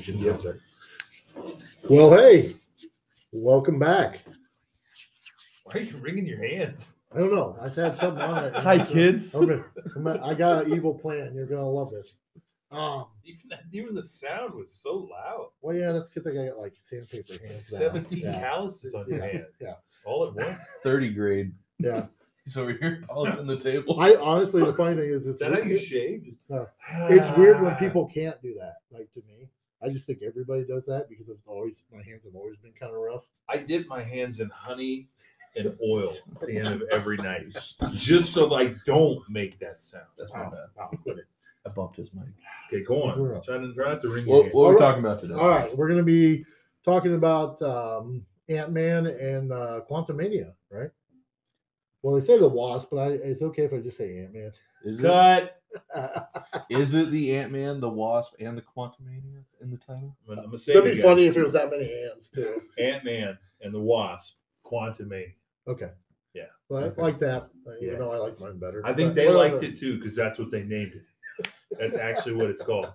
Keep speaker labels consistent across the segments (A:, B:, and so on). A: should be up there. Well, hey, welcome back.
B: Why are you wringing your hands?
A: I don't know. I had something on it.
C: Hi, kids.
A: I'm gonna- I'm gonna- I got an evil plan. You're gonna love this. Um,
B: Even, that- even the sound was so loud.
A: well, yeah, that's good thing I got like sandpaper
B: Like
A: hands. now.
B: 17
A: Yeah,
B: calluses on your
A: Yeah.
B: hand
A: yeah,
B: all at once.
C: 30 grade.
A: yeah.
C: He's over here polishing the table.
A: I honestly, the funny thing is,
B: Is
A: it's
B: that how you
A: weird-
B: shave? Just-
A: No. it's weird
C: Ah.
A: when people can't do that. Like to me, I just think everybody does that because I've always my hands have always been kind of rough.
B: I dip my hands in honey and oil at the end of every night just so I don't make that sound.
C: That's my
A: Wow,
C: bad.
A: wow, Oh, quit it.
C: I bumped his mic.
B: Okay, go on.
A: Zero.
B: Try to try not to ring your
C: What,
B: hands.
C: what are we
A: Alright.
C: talking about today?
A: All right, we're gonna be talking about um, Ant Man and uh, Quantumania, right? Well, they say the Wasp, but I, it's okay if I just say Ant Man.
C: Is it,
B: Cut.
C: is it the Ant Man, the Wasp, and the Quantumania in the title?
B: I'm gonna say
A: That'd be funny if it was that many ants too.
B: Ant Man and the Wasp, Quantum Man.
A: Okay.
B: Yeah.
A: Well, I
C: Okay.
A: like that. uh, You
B: Yeah.
A: know, I like mine better.
B: I think
A: but
B: they liked
A: whatever.
B: it too because that's what they named it. That's actually what it's called.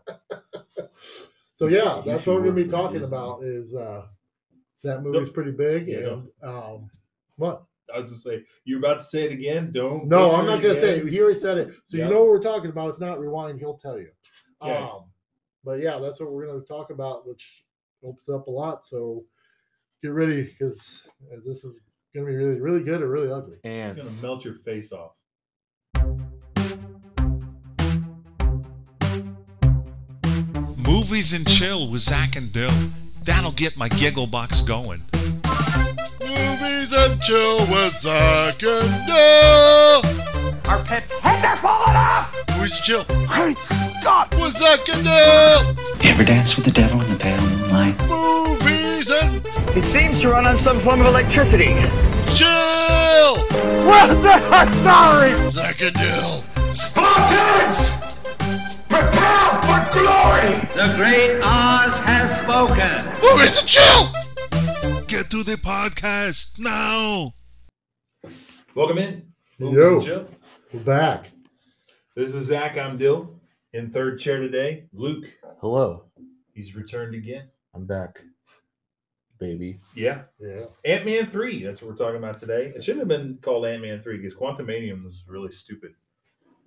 A: So
C: You
A: yeah,
C: should- you
A: that's
C: should
A: what we're gonna
C: work
A: be
C: for
A: talking
C: Disney.
A: about is uh that movie's pretty big
B: Yeah.
A: and um what?
B: I was just say you're about to say it again. Don't.
A: No,
B: don't
A: I'm not
B: it
A: gonna say
B: again.
A: it. he already said it. So
B: Yeah.
A: you know what we're talking about. If not, rewind, he'll tell you.
B: Okay.
A: Um but yeah, that's what we're gonna talk about, which opens up a lot. So get ready because this is gonna be really really good or really ugly.
B: It's gonna
C: Ants.
B: melt your face off.
D: Movies and Chill with Zach and Dill. That'll get my giggle box going.
E: Movies and chill with Zach and Dale.
F: Our pet heads are falling off!
E: Movies and chill
F: Great Scott!
E: with Zach and Dale.
G: You ever dance with the devil in the pale moonlight?
E: Movies and
H: It seems to run on some form of electricity.
E: chill.
F: Well, they're sorry!
E: Zach and Dale.
F: Spartans! Prepare for glory! The great Oz has spoken!
E: Movies and chill.
D: Get to the podcast now.
B: Welcome in. Movies
A: Yo.
B: and Chill.
A: We're back.
B: This is Zach. I'm Dill in third chair today. Luke,
C: Hello.
B: he's returned again.
C: I'm back, baby.
B: Yeah,
A: Yeah.
B: Ant Man three. That's what we're talking about today. It shouldn't have been called Ant Man three because Quantumanium was really stupid.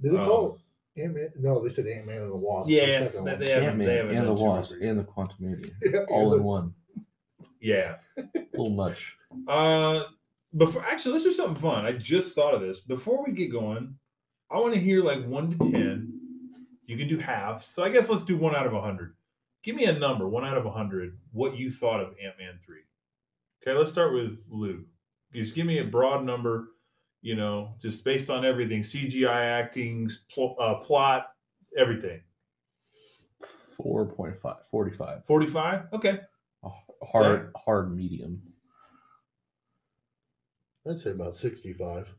A: Did they
B: Um,
A: call it Ant Man? No, they said Ant Man and the Wasp. the
B: Yeah,
A: second
B: that-
A: one.
B: they haven't-
C: Ant
B: they
C: Man
B: haven't
C: and the
B: done two for
C: Wasp
B: three.
C: and the Quantumania.
A: Yeah,
C: All
A: and
C: in one.
B: Yeah.
C: A little much.
B: Uh, before actually, let's do something fun. I just thought of this. Before we get going, I want to hear like one to ten. You can do halves, so I guess let's do one out of a hundred. Give me a number, one out of a hundred. What you thought of Ant Man three? Okay, let's start with Lou. Just give me a broad number. You know, just based on everything CGI, acting, pl- uh, plot, everything.
C: 4.5, 45.
B: Forty-five. Okay.
C: A h- hard, hard medium.
A: I'd say about 65.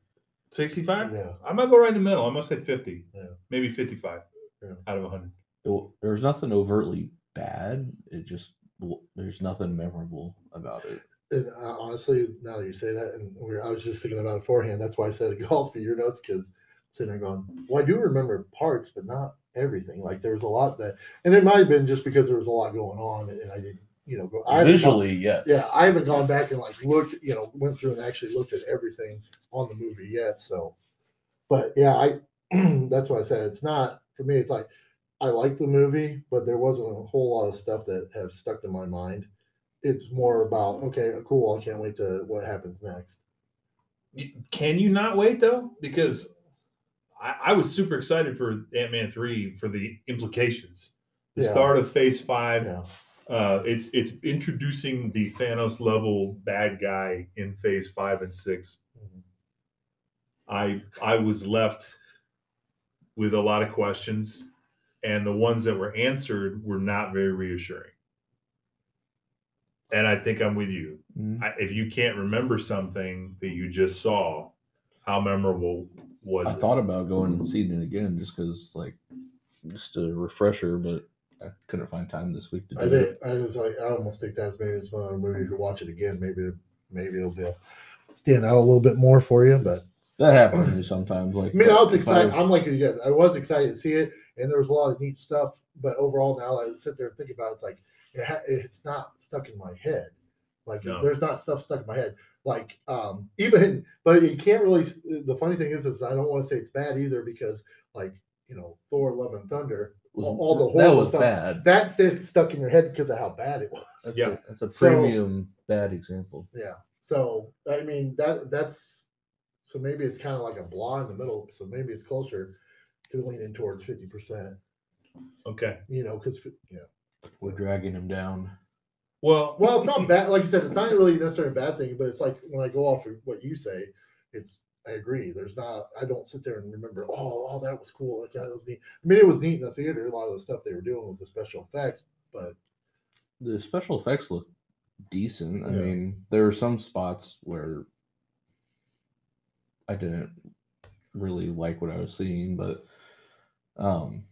B: 65?
A: Yeah.
B: I might go right in the middle. I'm going to say 50.
A: Yeah.
B: Maybe 55
A: Yeah.
B: out of 100.
C: It w- there's nothing overtly bad. It just, w- there's nothing memorable about it.
A: And uh, honestly, now that you say that, and we were, I was just thinking about it beforehand, that's why I said a golf for your notes because sitting there going, well, I do remember parts, but not everything. Like there was a lot that, and it might have been just because there was a lot going on and I didn't, you know, go I haven't gone-
C: Visually, yes.
A: yeah, I haven't gone back and like looked, you know, went through and actually looked at everything on the movie yet. So, but yeah, I that's why I said it's not for me. It's like I like the movie, but there wasn't a whole lot of stuff that have stuck in my mind. It's more about okay, cool. I can't wait to what happens next.
B: You- Can you not wait though? Because I, I was super excited for Ant Man three for the implications. The
A: Yeah.
B: start of Phase five.
A: Yeah,
B: Uh, it's it's introducing the Thanos level bad guy in Phase five and six.
A: Mhm.
B: I I was left with a lot of questions, and the ones that were answered were not very reassuring. And I think I'm with you.
C: Mhm.
B: I, if you can't remember something that you just saw, how memorable was
C: I
B: it?
C: thought about going
A: Mm-hmm.
C: and seeing it again just because, like, just a refresher, but I couldn't find time this week to do
A: I
C: it.
A: think I was like, I almost think that's maybe it's one of the movies you watch it again. Maybe maybe it'll be stand out a little bit more for you, but.
C: That happens to me sometimes. Like,
A: I mean, I was
C: if
A: excited. I'm like you guys. I was excited to see it, and there was a lot of neat stuff. But overall, now that I sit there and think about it, it's like, it ha- it's not stuck in my head. Like
B: No.
A: there's not stuff stuck in my head. Like um even but you can't really the funny thing is is I don't want to say it's bad either because like you know Thor Love and Thunder
C: Was-
A: all, all the
C: that
A: horrible
C: was
A: stuff
C: bad.
A: that stayed stuck in your head because of how bad it was.
C: That's
B: Yeah.
C: a, that's a
A: So-
C: premium bad example.
A: Yeah. So I mean that that's so maybe it's kind of like a blah in the middle. So maybe it's closer to leaning towards fifty percent.
B: Okay.
A: You know, because yeah.
C: We're dragging him down.
B: Well,
A: Well, it's not bad. Like you said, it's not really necessarily a bad thing, but it's like when I go off of what you say, it's I agree. There's not. I don't sit there and remember. Oh, oh, that was cool. Like that was neat. I mean, it was neat in the theater. A lot of the stuff they were doing with the special effects, but
C: the special effects look decent. I
A: Yeah.
C: mean, there were some spots where I didn't really like what I was seeing, but um,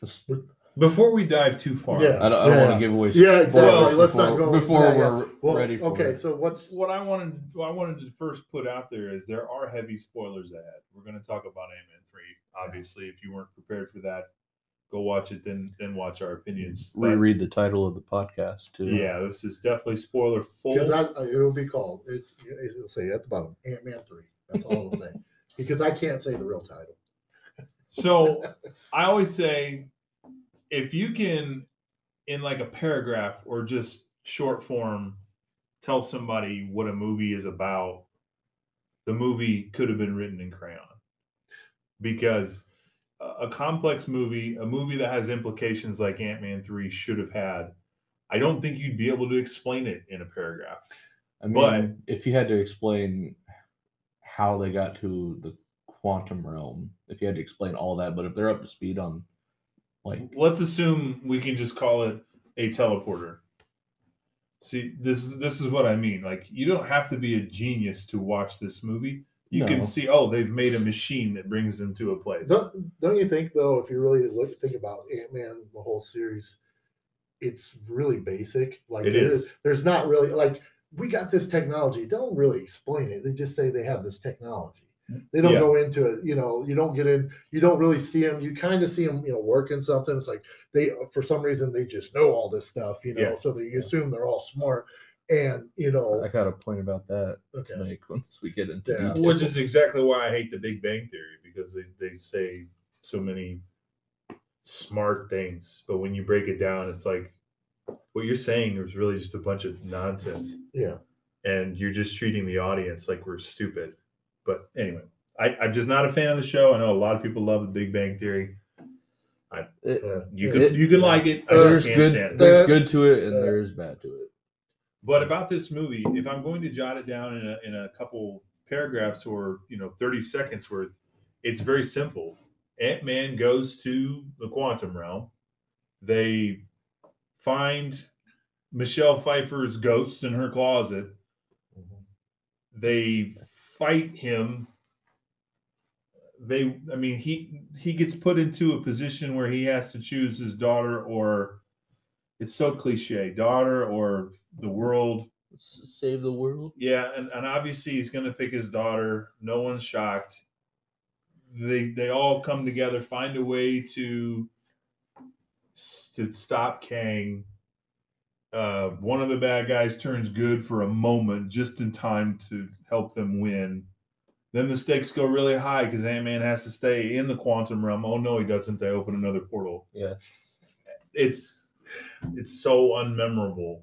C: just-
B: before we dive too far,
A: Yeah.
C: I don't, I don't want
A: Yeah.
C: to give away.
A: Yeah, exactly.
C: spoilers
A: Let's not
C: before,
A: go-
C: before
A: yeah, yeah.
C: we're
A: well,
C: ready. For
A: okay.
C: it.
A: So what's
B: what I wanted, what I wanted to first put out there is there are heavy spoilers ahead. We're going to talk about Ant Man three. Obviously, if you weren't prepared for that, go watch it. Then, then watch our opinions. But,
C: reread the title of the podcast too.
B: yeah, this is definitely spoiler full.
A: because it'll be called. It's it'll say at the bottom Ant Man three. That's all it'll say because I can't say the real title.
B: So I always say if you can in like a paragraph or just short form tell somebody what a movie is about, the movie could have been written in crayon. Because a- a complex movie, a movie that has implications like Ant-Man 3 should have had, I don't think you'd be able to explain it in a paragraph.
C: I mean,
B: But-
C: if you had to explain how they got to the quantum realm, if you had to explain all that, but if they're up to speed on like
B: let's assume we can just call it a teleporter. See, this is this is what I mean. Like, you don't have to be a genius to watch this movie. You can
C: No.
B: see, oh, they've made a machine that brings them to a place.
A: Don't, don't you think though, if you really look think about Ant Man, the whole series, it's really basic. Like
B: It
A: there
B: is.
A: there's not really like we got this technology. Don't really explain it. They just say they have this technology. They don't
B: Yeah.
A: go into it. You know, you don't get in. You don't really see them. You kind of see them. You know, working something. It's like they for some reason they just know all this stuff. You know,
B: Yeah.
A: so they you assume they're all smart. And you know,
C: I got a point about that
A: okay.
C: to make once we get into
A: Yeah.
C: detail.
B: Which is exactly why I hate the Big Bang Theory because they, they say so many smart things, but when you break it down, it's like what you're saying is really just a bunch of nonsense.
A: yeah,
B: and you're just treating the audience like we're stupid. But anyway, I, I'm just not a fan of the show. I know a lot of people love the Big Bang Theory.
C: It-
A: yeah.
B: You
A: yeah.
B: could you could like it. I
C: there's
B: just can't stand
C: good
B: it.
C: there's
A: Uh,
C: good to it and
A: uh,
C: there's bad to it.
B: But about this movie, if I'm going to jot it down in a, in a couple paragraphs or you know 30 seconds worth, it's very simple. Ant Man goes to the quantum realm. They find Michelle Pfeiffer's ghosts in her closet.
A: Mhm.
B: they fight him they i mean he he gets put into a position where he has to choose his daughter or it's so cliche daughter or the world
C: Save the world.
B: yeah and, and obviously he's going to pick his daughter no one's shocked they they all come together find a way to s- to stop kang uh, one of the bad guys turns good for a moment just in time to help them win then the stakes go really high because ant-man has to stay in the quantum realm oh no he doesn't they open another portal
C: Yeah.
B: it's it's so unmemorable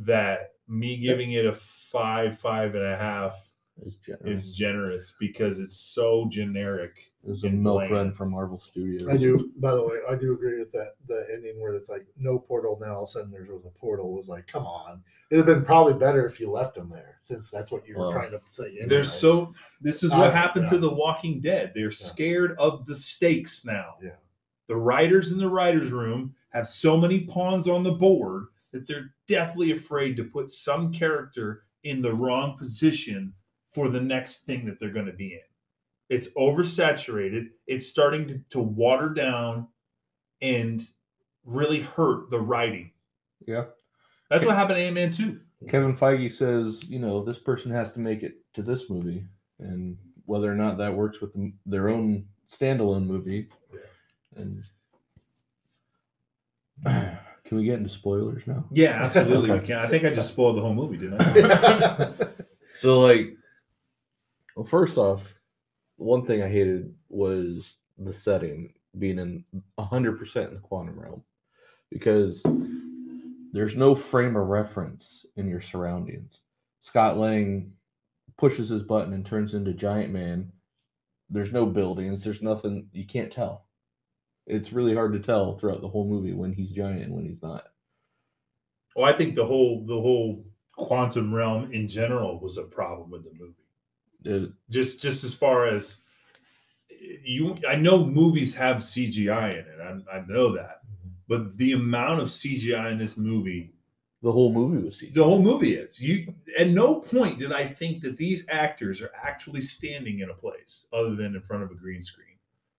B: that me giving it a five, five and a half
C: It's generous.
B: is generous because it's so generic.
C: It was a
B: in
C: milk
B: bland.
C: run from Marvel Studios.
A: I do. By the way, I do agree with that. The ending where it's like no portal now. All of a sudden there was a portal. Was like, come on. It'd have been probably better if you left them there, since that's what you were
C: Well,
A: trying to say. Anyway.
B: They're so. This is what
A: I-
B: happened to
A: Uh, yeah.
B: The Walking Dead. They're scared of the stakes now.
A: Yeah.
B: The writers in the writers' room have so many pawns on the board that they're deathly afraid to put some character in the wrong position for the next thing that they're going to be in. It's oversaturated. It's starting to, to water down and really hurt the writing.
C: Yeah.
B: That's what happened to Ant Man 2.
C: Kevin Feige says, you know, this person has to make it to this movie, and whether or not that works with them, their own standalone movie, and Can we get into spoilers now?
B: Yeah, absolutely.
C: Okay.
B: We can. I think I just spoiled the whole movie, didn't I?
A: yeah.
C: So like, well, first off, one thing I hated was the setting being in hundred percent in the quantum realm because there's no frame of reference in your surroundings. Scott Lang pushes his button and turns into Giant Man. There's no buildings. There's nothing. You can't tell. It's really hard to tell throughout the whole movie when he's giant and when he's not.
B: well, I think the whole the whole quantum realm in general was a problem with the movie.
C: It-
B: Just just as far as you, I know movies have CGI in it. I, I know that, but the amount of CGI in this movie
C: the whole movie was CGI.
B: the whole movie is you at no point did i think that these actors are actually standing in a place other than in front of a green screen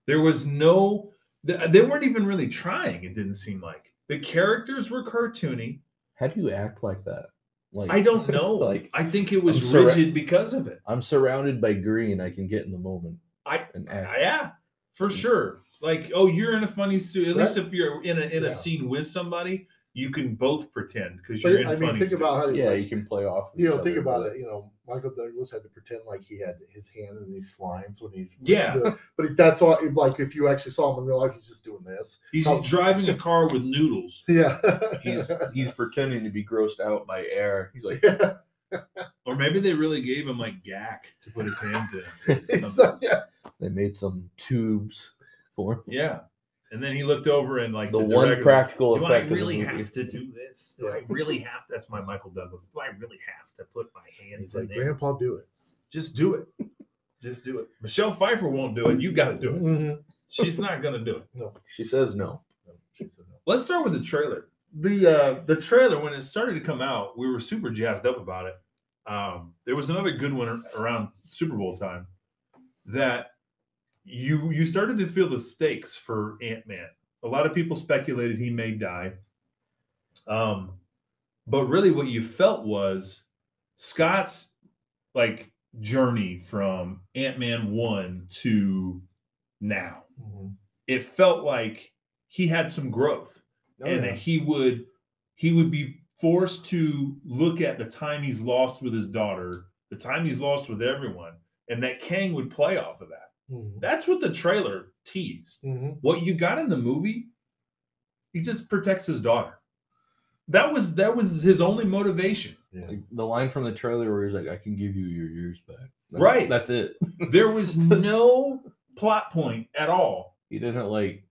B: there was no th- they weren't even really trying it didn't seem like the characters were cartoony
C: How do you act like that? Like
B: i don't know
C: Like-
B: like i think it was
C: I'm sorry.
B: rigid because of it
C: I'm surrounded by green. I can get in the moment.
B: I-
C: and act.
B: I- yeah for sure like oh you're in a funny suit at
A: Right.
B: least if you're in a in
A: Yeah.
B: a scene with somebody you can both pretend because
A: But,
B: you're in
A: I mean,
B: funny
A: think about how
B: suits.
A: they-
C: yeah, you can play off. of
A: You
C: each
A: know, think
C: other,
A: about
C: but
A: it. You know, Michael Douglas had to pretend like he had his hand in these slimes when he's
B: Yeah.
A: doing- but that's all. Like if you actually saw him in real life, he's just doing this.
B: he's
A: how-
B: driving a car with noodles
A: Yeah,
C: He's he's pretending to be grossed out by air. He's like,
B: Or maybe they really gave him like gack to put his hands in.
A: He's like, yeah.
C: they made some tubes for him.
B: Yeah. And then he looked over and like
C: the, one
B: director-
C: practical
B: Do I
C: effect. of the
B: really
C: movie.
B: have to do this? Do I
A: Yeah.
B: really have? That's my Michael Douglas. Do I really have to put my hands
A: He's
B: in
A: like,
B: there?
A: Grandpa, do it.
B: Just do it. Just do it. Michelle Pfeiffer won't do it. You got to do it.
A: Mhm.
B: She's not gonna do it.
C: She says no.
A: She said, "No."
B: Let's start with the trailer. The uh the trailer when it started to come out, we were super jazzed up about it. Um there was another good one around Super Bowl time that you you started to feel the stakes for Ant-Man. A lot of people speculated he may die. Um but really what you felt was Scott's like journey from Ant-Man 1 to now.
A: Mhm.
B: It felt like he had some growth
A: Oh,
B: and
A: yeah.
B: that he would he would be forced to look at the time he's lost with his daughter, the time he's lost with everyone, and that Kang would play off of that.
A: Mhm.
B: That's what the trailer teased.
A: Mhm.
B: What you got in the movie, he just protects his daughter. That was that was his only motivation.
A: Mm-hmm.
C: Like, the line from the trailer where he's like, "I can give you your years back." That's-
B: Right.
C: That's it.
B: There was no plot point at all
C: He didn't like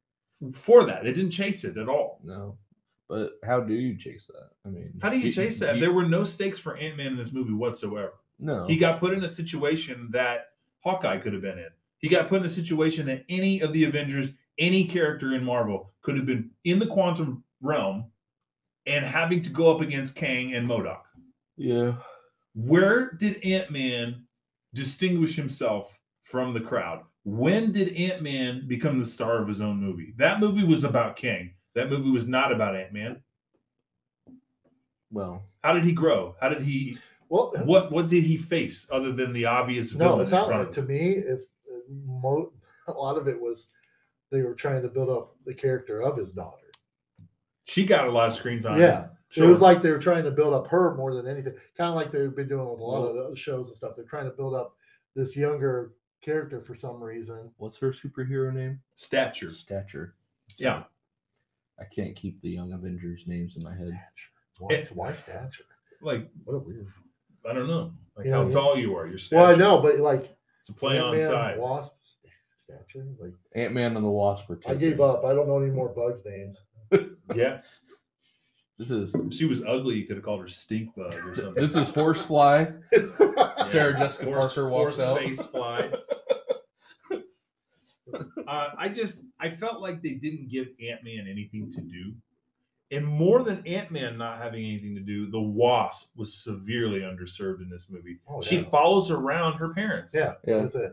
B: for that. They didn't chase it at all.
C: no. But how do you chase that? I mean,
B: How do you chase that? There were no stakes for Ant Man in this movie whatsoever.
C: no.
B: He got put in a situation that Hawkeye could have been in. He got put in a situation that any of the Avengers, any character in Marvel could have been in the quantum realm and having to go up against Kang and Modoc.
C: yeah.
B: Where did Ant Man distinguish himself from the crowd? When did Ant Man become the star of his own movie? That movie was about Kang. That movie was not about Ant Man.
C: Well,
B: How did he grow? How did he?
A: Well,
B: What what did he face other than the obvious?
A: no,
B: villain
A: it
B: in
A: sounded
B: front
A: like
B: of
A: to
B: him?
A: me if uh, mo- a lot of it was they were trying to build up the character of his daughter.
B: She got a lot of screen time.
A: Yeah. It
B: Sure.
A: was like they were trying to build up her more than anything, kind of like they've been doing with a lot of the other shows and stuff. They're trying to build up this younger character for some reason.
C: what's her superhero name?
B: stature.
C: Stature.
B: Yeah.
C: I can't keep the Young Avengers names in my head.
A: Why,
B: It-
A: why stature?
B: Like
A: What a weird.
B: I don't know. Like
A: Yeah,
B: how
A: yeah.
B: tall you are. Your stature.
A: Well, I know, but like
B: It's a play on
A: Ant-Man,
B: size.
A: Wasp, st- stature. Like
C: Ant Man and the Wasp were.
A: I gave
C: taken.
A: up. I don't know any more bugs names.
B: Yeah.
C: This is
B: If she was ugly, you could have called her stink bug or something.
C: this is horsefly.
B: Yeah.
A: Oh,
C: Sarah Jessica
B: Horse-
C: Parker walks
B: horse
C: out.
B: Face fly. uh, I just I felt like they didn't give Ant Man anything to do, and more than Ant Man not having anything to do, the Wasp was severely underserved in this movie.
A: Oh,
B: She
A: yeah.
B: follows around her parents.
A: Yeah,
C: Yeah.
A: that's it.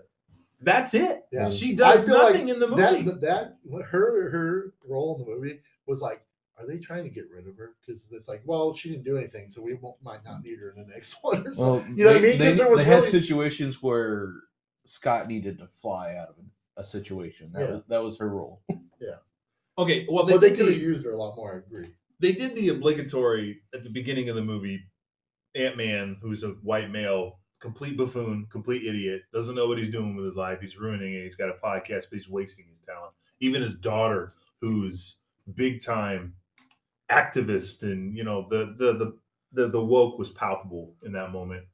B: that's it.
A: Yeah.
B: She does
A: I feel like
B: nothing in the movie.
A: That, but that what her her role in the movie was like, are they trying to get rid of her? Because it's like, well, she didn't do anything, so we won't, might not need her in the next one. Or something.
C: Well,
A: You know what I
C: they,
A: mean? 'Cause
C: They,
A: there was
C: they had
A: really-
C: situations where Scott needed to fly out of a situation. That
A: Yeah.
C: was, that was her role.
B: Okay, well, they,
A: but they
B: did
A: could have
B: the-
A: used her a lot more. I agree.
B: they did the obligatory at the beginning of the movie Ant Man, who's a white male, complete buffoon, complete idiot, doesn't know what he's doing with his life. He's ruining it. He's got a podcast, but he's wasting his talent. Even his daughter, who's big time activist, and you know the the the the, the woke was palpable in that moment.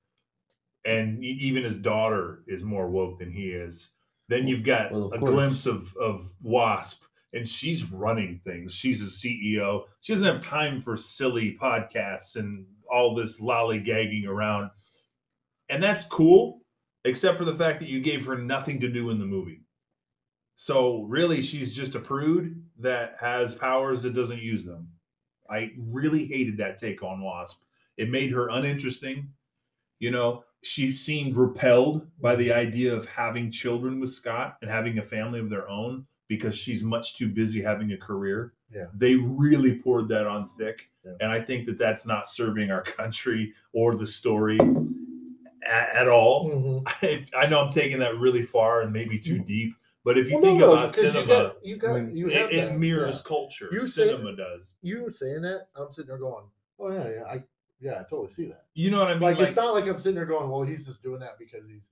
B: And e- even his daughter is more woke than he is. Then you've got
C: Well, of
B: a
C: course.
B: glimpse of of Wasp, and she's running things. She's a CEO. She doesn't have time for silly podcasts and all this lollygagging around. And that's cool, except for the fact that you gave her nothing to do in the movie. So really, she's just a prude that has powers that doesn't use them. I really hated that take on Wasp. It made her uninteresting. You know, she seemed repelled by the idea of having children with Scott and having a family of their own because she's much too busy having a career.
A: Yeah.
B: They really poured that on thick.
A: Yeah.
B: And I think that that's not serving our country or the story at, at all.
A: Mhm.
B: I, I know I'm taking that really far and maybe too deep, but if you
A: Mm-hmm. Well,
B: think
A: no, no,
B: about
A: because
B: cinema,
A: you got you, got,
C: I mean,
A: you have
B: it, it
A: that,
B: mirrors
A: yeah.
B: culture.
A: You say-
B: cinema does.
A: You were saying that, I'm sitting there going, "Oh yeah, yeah, I yeah, I totally see that."
B: You know what I mean?
A: Like, it's not like I'm sitting there going, "Well, he's just doing that because he's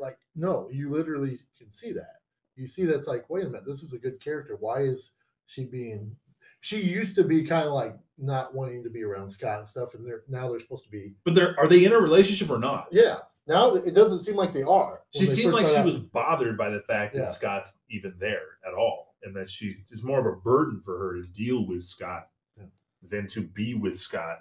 A: like." No, you literally can see that. You see that's like, wait a minute, this is a good character. Why is she being? She used to be kind of like not wanting to be around Scott and stuff, and they're now they're supposed to be.
B: but they're, are they in a relationship or not?
A: Yeah, now it doesn't seem like they are. when they
B: She seemed
A: first
B: like
A: start
B: she
A: out.
B: was bothered by the fact
A: Yeah.
B: that Scott's even there at all, and that she it's more of a burden for her to deal with Scott
A: Yeah.
B: than to be with Scott.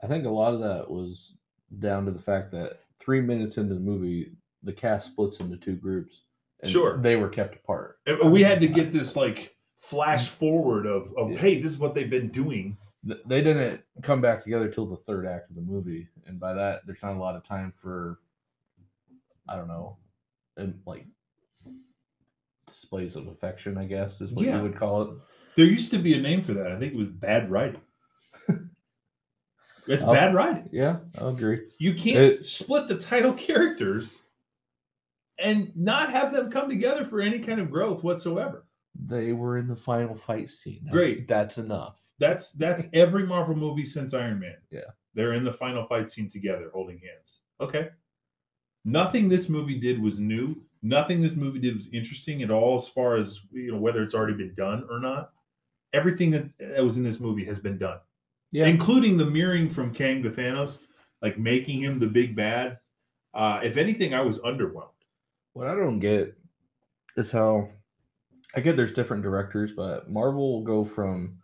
C: I think a lot of that was down to the fact that three minutes into the movie, the cast splits into two groups.
B: Sure.
C: They were kept apart.
B: And we had to get this like flash
A: Mm.
B: forward of of
C: Yeah.
B: hey, this is what they've been doing.
C: Th- They didn't come back together till the third act of the movie. And by that, there's not a lot of time for, I don't know, and like displays of affection, I guess is what
B: Yeah.
C: you would call it.
B: There used to be a name for that. I think it was bad writing. It's
C: Oh.
B: bad writing.
C: Yeah, I agree.
B: You can't
C: It-
B: split the title characters and not have them come together for any kind of growth whatsoever.
C: They were in the final fight scene. That's,
B: Great.
C: That's enough.
B: That's that's every Marvel movie since Iron Man.
C: Yeah.
B: They're in the final fight scene together holding hands. Okay. Nothing this movie did was new. Nothing this movie did was interesting at all as far as you know whether it's already been done or not. Everything that, that was in this movie has been done.
C: Yeah.
B: Including the mirroring from Kang the Thanos, like making him the big bad. Uh, if anything, I was underwhelmed.
C: What I don't get is how I get there's different directors, but Marvel will go from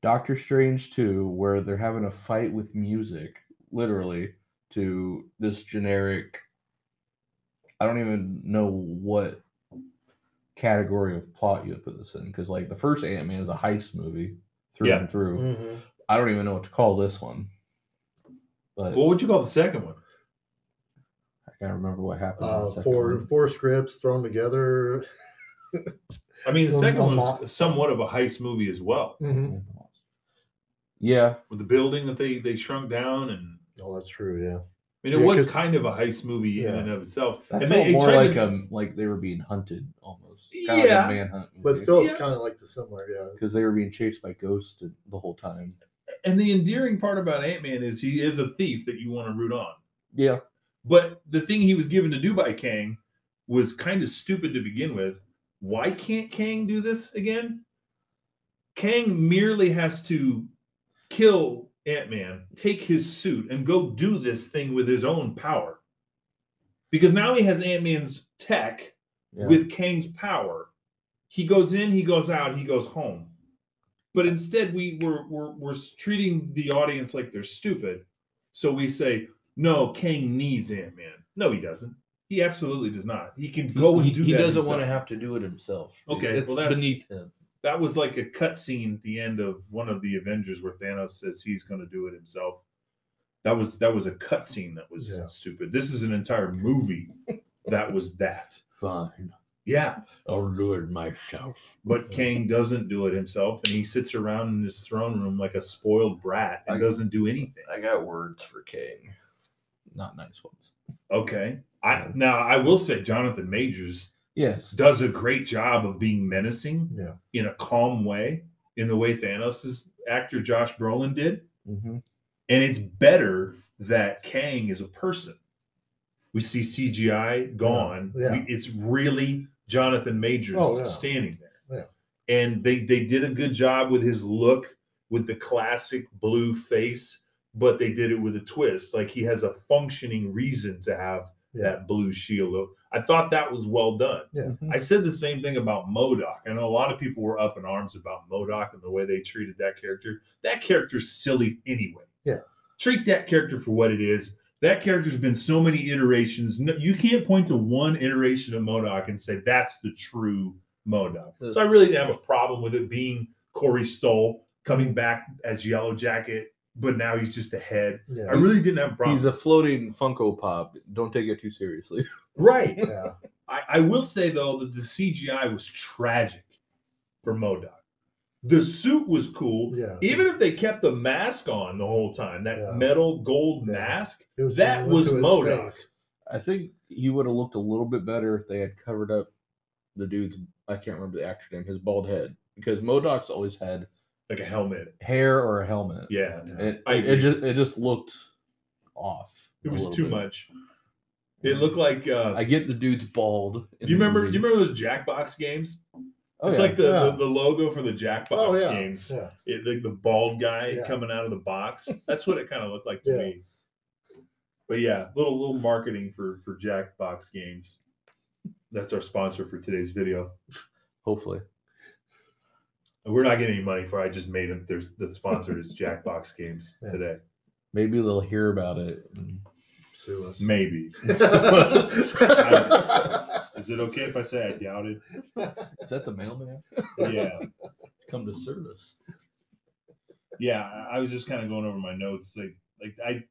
C: Doctor Strange 2, where they're having a fight with music, literally, to this generic. I don't even know what category of plot you would put this in. Because, like, the first Ant Man is a heist movie through
B: Yeah.
C: and through.
A: Mhm.
C: I don't even know what to call this one. But
B: What would you call the second one?
C: I can't remember what happened. in the
A: Uh,
C: second
A: four
C: one.
A: four scripts thrown together.
B: I mean, the
A: Well,
B: second
A: a
B: one's
A: lot.
B: somewhat of a heist movie as well.
A: Mhm.
C: Yeah,
B: with the building that they they shrunk down and
A: Oh, that's true. Yeah.
B: I mean it
A: Yeah,
B: was
A: 'cause-
B: kind of a heist movie in
A: Yeah.
B: and of itself.
C: That
B: and
C: felt
B: they, they
C: more
B: tried
C: like
B: to,
C: um like they were being hunted almost.
B: Yeah.
C: like a manhunt.
A: But still,
B: Yeah.
A: it's kind of like the similar, yeah.
C: because they were being chased by ghosts and- the whole time.
B: and the endearing part about Ant Man is he is a thief that you want to root on.
C: Yeah,
B: But the thing he was given to do by Kang was kind of stupid to begin with. Why can't Kang do this again? Kang merely has to kill Ant Man, take his suit, and go do this thing with his own power. Because now he has Ant Man's tech
C: yeah.
B: with Kang's power. He goes in, he goes out, he goes home. But instead, we we're, we're we're treating the audience like they're stupid. So we say, no, Kang needs Ant Man. No, he doesn't. He absolutely does not. He can go and do that.
C: doesn't want to
B: himself.
C: have to do it himself.
B: Okay,
C: it's
B: well, that's-
C: beneath him.
B: That was like a cutscene at the end of one of the Avengers where Thanos says he's going to do it himself. That was that was a cutscene that was
A: Yeah.
B: stupid. This is an entire movie that was that.
C: Fine,
B: Yeah,
C: I'll do it myself.
B: But Kang doesn't do it himself, and he sits around in his throne room like a spoiled brat and
C: I-
B: doesn't do anything.
C: I got words for King, not nice ones.
B: Okay. I now I will say Jonathan Majors
C: Yes,
B: does a great job of being menacing
A: Yeah.
B: in a calm way. in the way Thanos' actor Josh Brolin did.
C: Mhm.
B: And it's better that Kang is a person. We see CGI gone.
A: Yeah.
B: We- it's really Jonathan Majors
A: Oh, yeah.
B: standing there. And they, they did a good job with his look, with the classic blue face, but they did it with a twist. Like he has a functioning reason to have
A: Yeah.
B: that blue shield. I thought that was well done.
A: Yeah.
B: I said the same thing about Modoc. I know a lot of people were up in arms about Modoc and the way they treated that character. That character's silly anyway.
A: Yeah.
B: Treat that character for what it is. That character's been so many iterations. No, you can't point to one iteration of Modoc and say that's the true Modoc.
C: The-
B: So I really didn't have a problem with it being Corey Stoll coming back as Yellow Jacket, but now he's just a head. I
A: Yeah.
B: really didn't have a problem.
C: He's a floating Funko Pop. Don't take it too seriously.
B: right.
A: Yeah.
B: I, I will say though that the CGI was tragic for Modoc. The suit was cool.
A: Yeah.
B: Even if they kept the mask on the whole time, that
A: Yeah.
B: metal gold
A: Yeah.
B: mask,
A: It was
B: that
A: when he went
B: was
A: to his
B: Modoc.
A: face.
C: I think he would have looked a little bit better if they had covered up the dude's. I can't remember the actor name. His bald head, because Modoc's always had
B: like a helmet.
C: hair or a helmet.
B: Yeah.
C: It,
B: I
C: it
B: agree.
C: just it just looked off.
B: It
C: a
B: was
C: little
B: too
C: bit.
B: much. It looked like uh
C: I get the dude's bald. in
B: you
C: the
B: remember
C: movie.
B: you remember those Jackbox games?
C: Oh,
B: it's
C: yeah.
B: like the,
A: Yeah.
B: the, the logo for the Jackbox
A: Oh, yeah.
B: games.
A: Yeah.
B: It, like the bald guy
A: Yeah.
B: coming out of the box. That's what it kind of looked like to
A: Yeah.
B: me. But yeah, little little marketing for for Jackbox games. That's our sponsor for today's video.
C: hopefully.
B: We're not getting any money for. it. I just made it. There's the sponsor is Jackbox Games
A: Yeah.
B: today.
C: Maybe they'll hear about it and sue us.
B: Maybe
A: yeah.
B: is it okay if I say I doubt it?
C: Is that the mailman?
B: Yeah.
C: Come to service.
B: yeah I- i was just kind of going over my notes like like i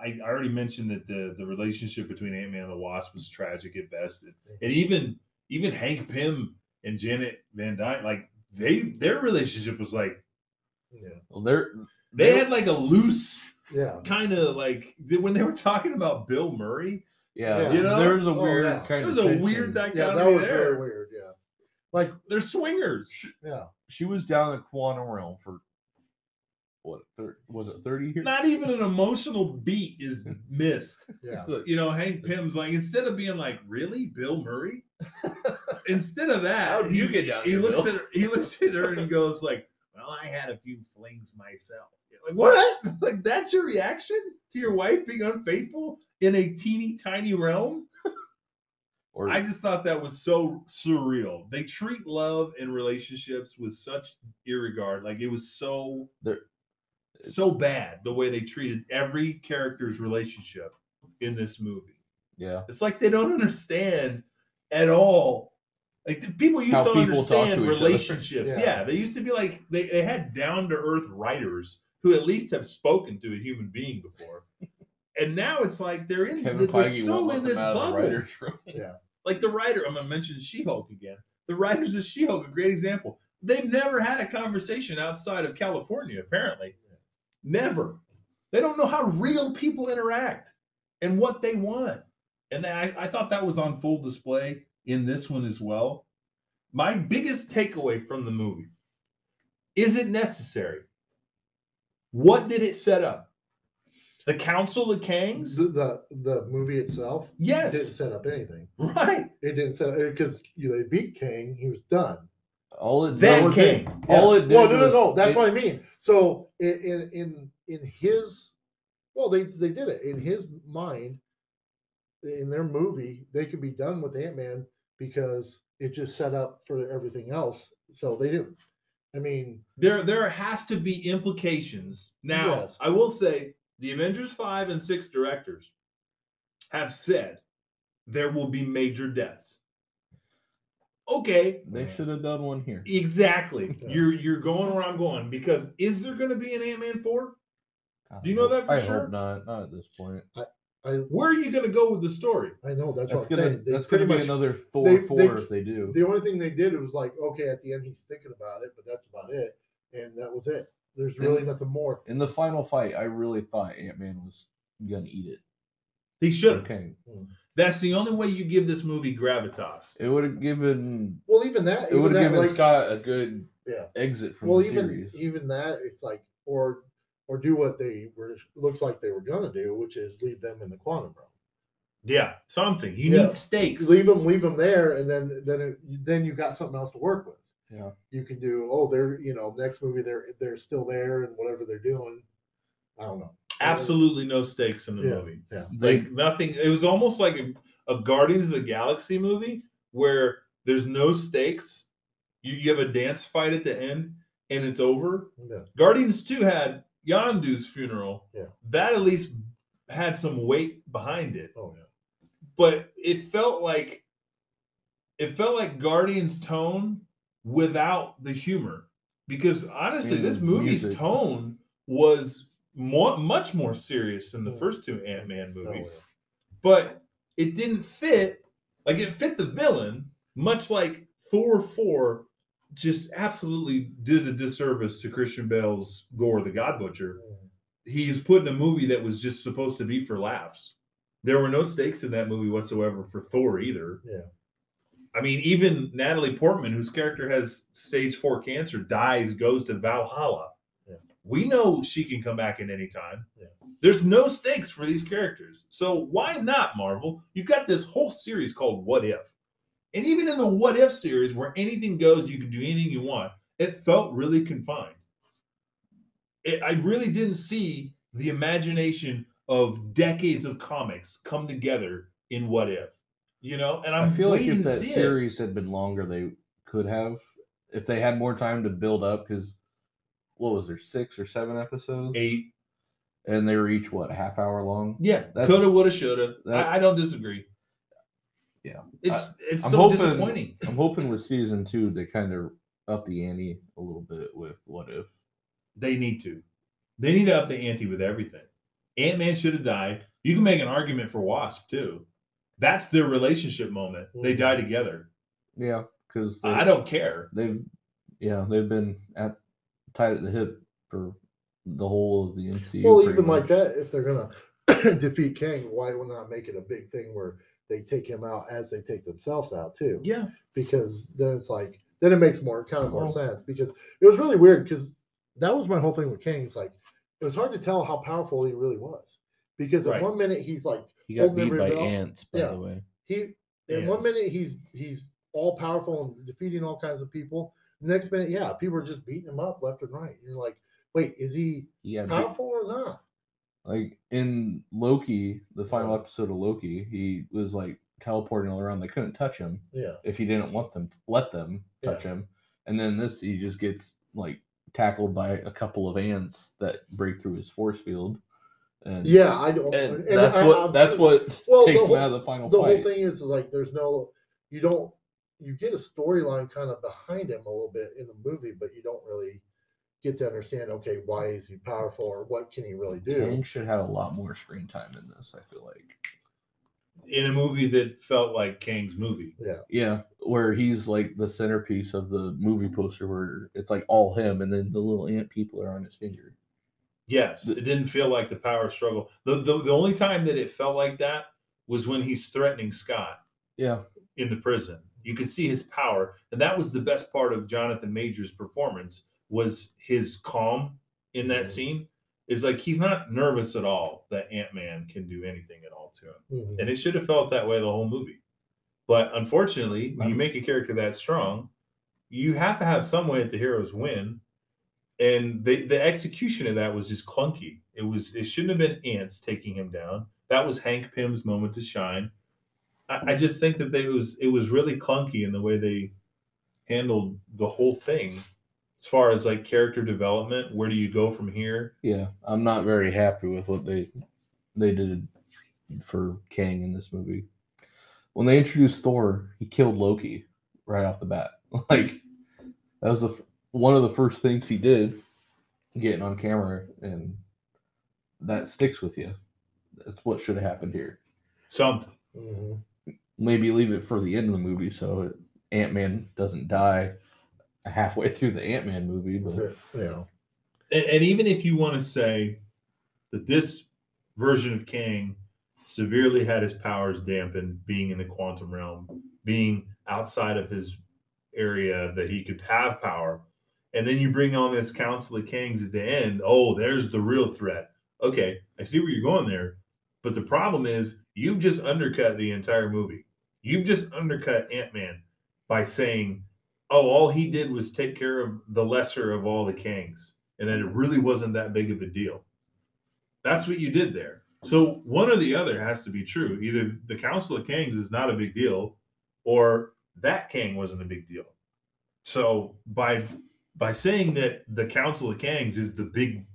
B: i I already mentioned that the the relationship between ant-man and the wasp was tragic at best and, and
A: Mm-hmm.
B: even even hank pym and janet van dyne like they their relationship was like
C: Well, they're
B: they had like a loose
A: Yeah.
B: kind of like th- when they were talking about bill murray
C: yeah.
A: Yeah.
B: You know?
C: there's a
A: Oh,
C: weird
A: yeah.
C: kind
B: there's
C: of
B: a weird
C: tension.
A: Yeah.
B: dichotomy
A: That was very
B: there
A: weird. Yeah.
B: they're swingers
A: Yeah.
C: she was down in the quantum realm for what thir- was it 30 years
B: not even an emotional beat is missed
A: Yeah.
C: It's like,
B: you know, Hank Pym's like instead of being like, "Really, Bill Murray?" instead of
C: How
B: that,
C: did you
B: he's-
C: get down
B: he
C: here,
B: looks
C: Bill?
B: at her, he looks at her and goes like, "Well, I had a few flings myself." Like what? Like that's your reaction to your wife being unfaithful in a teeny tiny realm?
C: or
B: I just thought that was so surreal. They treat love and relationships with such irregard. Like it was so
C: There-
B: so bad the way they treated every character's relationship in this movie.
C: yeah
B: It's like they don't understand at all. Like the people used
C: How
B: to
C: people talk to
B: understand
C: each other.
B: relationships.
A: Yeah.
B: Yeah. they used to be like they, they had down to earth writers who at least have spoken to a human being before. and now it's like they're in
C: kevin
B: they're
C: feige
B: so
C: won't let
B: in
C: them
B: this
C: out of the
B: bubble.
C: writer's room.
B: Like the writer, I'm gonna mention She-Hulk again. The writers of She-Hulk, a great example. They've never had a conversation outside of California, apparently. Never. They don't know how real people interact and what they want. And I, I thought that was on full display in this one as well. My biggest takeaway from the movie is it necessary? What did it set up? The Council of Kangs?
A: The, the the movie itself
B: Yes.
A: didn't set up anything.
B: Right.
A: It didn't set because you know, they beat Kang. He was done.
C: all it
B: That
C: was
B: king.
C: it. all it did
A: Well, no, no,
C: was-
A: no. That's
C: it-
A: what I mean. So in in in, in his, well, they they did it in his mind. In their movie, they could be done with Ant Man because it just set up for everything else. So they didn't. I mean,
B: there there has to be implications. Now,
A: Yes.
B: I will say the Avengers 5 and 6 directors have said there will be major deaths. Okay,
C: they should have done one here
B: exactly.
A: Yeah.
B: You're you're going where I'm going because is there going to be an Ant-Man 4?
C: God,
B: Do you know
C: I
B: that
C: hope-
B: for
C: i
B: sure?
C: hope not not at this point
A: I
B: Where are you going to go with the story?
A: I know that's,
C: that's
A: what I'm
C: gonna
A: saying. They
C: that's
A: pretty
C: gonna be
A: much-
C: another thor
A: they-
C: four
A: they-
C: if they do
A: The only thing they did was like, okay, at the end he's thinking about it, but that's about it, and that was it. There's really
C: And-
A: nothing more.
C: in the final fight i really thought ant-man was gonna eat it
B: They should have.
C: okay
B: That's the only way you give this movie gravitas.
C: It would have given
A: Well, even that,
C: it
A: even
C: would have
A: that,
C: given
A: like,
C: Scott a good
A: Yeah.
C: exit from
A: well,
C: the
A: even
C: series.
A: even that, it's like or or do what they were looks like they were gonna do, which is leave them in the quantum realm.
B: Yeah, something. You
A: Yeah.
B: need stakes.
A: leave them leave them there and then then it, then you got something else to work with
C: Yeah.
A: you can do oh they're you know next movie they're they're still there and whatever they're doing i don't know
B: Absolutely no stakes in the
A: Yeah.
B: movie.
C: They-
B: Like nothing. It was almost like a, a Guardians of the Galaxy movie where there's no stakes. You, you have a dance fight at the end and it's over.
A: Yeah.
B: Guardians 2 had Yondu's funeral.
A: Yeah.
B: That at least had some weight behind it.
A: oh yeah
B: But it felt like it felt like Guardians tone without the humor. Because honestly, this
C: Mm,
B: movie's
C: music.
B: tone was more, much more serious than the
A: Mm.
B: first two Ant-Man
A: Oh,
B: movies
A: yeah.
B: but it didn't fit. Like it fit the villain, much like Thor four just absolutely did a disservice to Christian Bale's Gore the God Butcher. He was put in a movie that was just supposed to be for laughs. There were no stakes in that movie whatsoever for Thor either.
A: Yeah.
B: I mean, even Natalie Portman, whose character has stage four cancer, dies, goes to Valhalla.
A: Yeah.
B: We know she can come back at any time.
A: Yeah.
B: There's no stakes for these characters. So why not, Marvel? You've got this whole series called What If. And even in the What If series, where anything goes, you can do anything you want, it felt really confined. It, I really didn't see the imagination of decades of comics come together in What If. You know, and I'm
C: I feel like
B: waiting
C: if
B: to
C: that
B: see it.
C: series had been longer, they could have. If they had more time to build up, because what was there, six or seven episodes?
B: eight.
C: And they were each, what, half hour long?
B: Yeah,
C: That's-
B: coulda, woulda, shoulda.
C: that-
B: I, I don't disagree.
C: Yeah.
B: it's it's
C: I'm
B: so
C: hoping-
B: disappointing.
C: I'm hoping with season two, they kind of up the ante a little bit with what if.
B: They need to. They need to up the ante with everything. Ant Man should have died. You can make an argument for Wasp too. That's their relationship moment. They
C: Mm-hmm.
A: Mhm.
B: die together.
C: Yeah. Because
B: I don't care.
C: They've, yeah, they've been at tied at the hip for the whole of the MCU.
A: well
C: pretty
A: even like
C: much.
A: that if they're gonna defeat kang why would not make it a big thing where they take him out as they take themselves out too
B: Yeah,
A: because then it's like then it makes more kind of more
B: Oh.
A: sense because it was really weird because that was my whole thing with King. It's like it was hard to tell how powerful he really was because
B: Right.
A: at one minute he's like
C: He
A: Old
C: got beat
A: Memory
C: by
A: Bell.
C: ants, by
A: Yeah.
C: the way.
A: he in
B: Yes.
A: one minute he's he's all powerful and defeating all kinds of people. Next minute, yeah, people are just beating him up left and right. You're like, wait, is he
C: He got beat
A: powerful or not?
C: like in Loki, the final
A: Yeah.
C: episode of Loki, he was like teleporting all around. They couldn't touch him
A: Yeah,
C: if he didn't want them let them touch him. And then this he just gets like tackled by a couple of ants that break through his force field. And
A: yeah, I don't.
C: and
A: and
C: that's
A: I-
C: what
A: I'm-
C: that's what
A: well, the
C: takes
A: whole-
C: him out of the final
A: the
C: fight.
A: whole thing is like there's no you don't you get a storyline kind of behind him a little bit in the movie but you don't really get to understand okay why is he powerful or what can he really do
C: Kang should have had a lot more screen time in this, I feel like.
B: in a movie that felt like Kang's movie.
C: Yeah, where he's like the centerpiece of the movie poster where it's like all him and then the little ant people are on his finger.
B: Yes,
C: The-
B: it didn't feel like the power struggle. The, the the only time that it felt like that was when he's threatening Scott.
C: Yeah.
B: in the prison. You could see his power, and that was the best part of Jonathan Major's performance was his calm in that
A: Mhm.
B: scene. Is like he's not nervous at all that Ant Man can do anything at all to him,
A: Mhm.
B: and it should have felt that way the whole movie. But unfortunately, when you
C: Mhm.
B: make a character that strong, you have to have some way that the heroes win, and the the execution of that was just clunky. It was it shouldn't have been ants taking him down. That was Hank Pym's moment to shine. I, I just think that they was it was really clunky in the way they handled the whole thing as far as like character development. Where do you go from here?
C: Yeah. I'm not very happy with what they they did for Kang in this movie. When they introduced Thor, he killed Loki right off the bat. Like that was the f- one of the first things he did getting on camera and that sticks with you. That's what should have happened here.
B: Something.
A: Mhm.
C: maybe leave it for the end of the movie so Ant Man doesn't die halfway through the Ant Man movie. But
A: But, you know
B: And, and even if you want to say that this version of Kang severely had his powers dampened being in the quantum realm, being outside of his area that he could have power. And then you bring on this Council of Kings at the end. Oh, there's the real threat. Okay, I see where you're going there. But the problem is you've just undercut the entire movie. You've just undercut Ant Man by saying, oh, all he did was take care of the lesser of all the kings, and that it really wasn't that big of a deal. That's what you did there. So one or the other has to be true. Either the Council of Kings is not a big deal, or that king wasn't a big deal. So by by saying that the Council of Kings is the big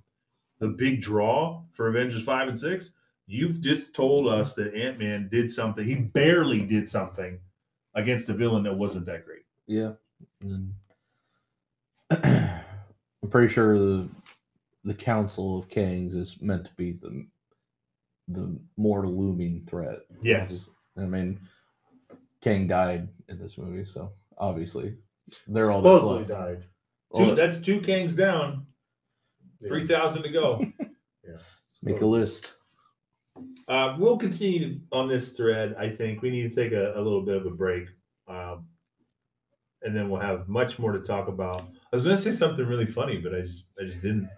B: the big draw for Avengers five and six, you've just told us that Ant Man did something. He barely did something against a villain that wasn't that great.
C: Yeah. And then I'm pretty sure the the Council of Kings is meant to be the the more looming threat.
B: Yes.
C: I mean, Kang died in this movie, so obviously they're all that's
A: supposedly
C: left.
A: died.
C: All
B: Two,
C: that-
B: that's two kings down,
A: Yeah.
B: three thousand to go.
C: Make a list.
B: Uh, we'll continue on this thread. I think we need to take a, a little bit of a break, um, and then we'll have much more to talk about. I was going to say something really funny, but I just I just didn't.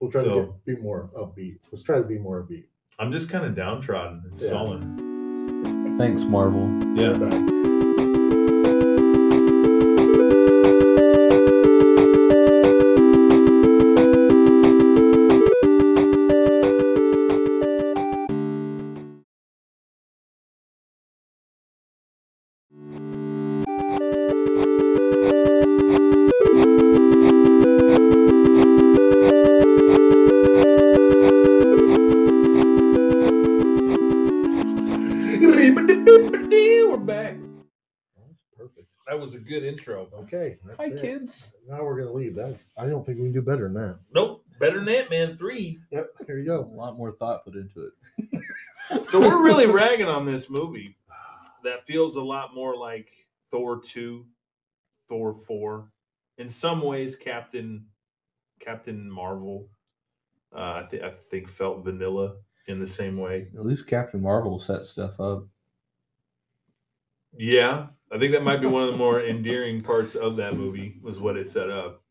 A: We'll try to
B: So-
A: get, be more upbeat. Let's try to be more upbeat.
B: I'm just kind of downtrodden and
A: Yeah.
B: sullen.
C: Thanks, Marvel.
B: Yeah. We're back.
A: That's perfect.
B: That was a good intro.
A: Okay. That's it.
C: kids.
A: Now we're gonna leave. That's I don't think we can do better than that.
B: Nope, better than Ant Man three.
A: Yep, here you
C: A
A: go.
C: lot more thought put into it.
B: So we're really ragging on this movie that feels a lot more like Thor 2, Thor 4, in some ways Captain Captain Marvel. Uh, I, th- I think felt vanilla in the same way.
C: At least Captain Marvel set stuff up.
B: Yeah, I think that might be one of the more endearing parts of that movie was what it set up.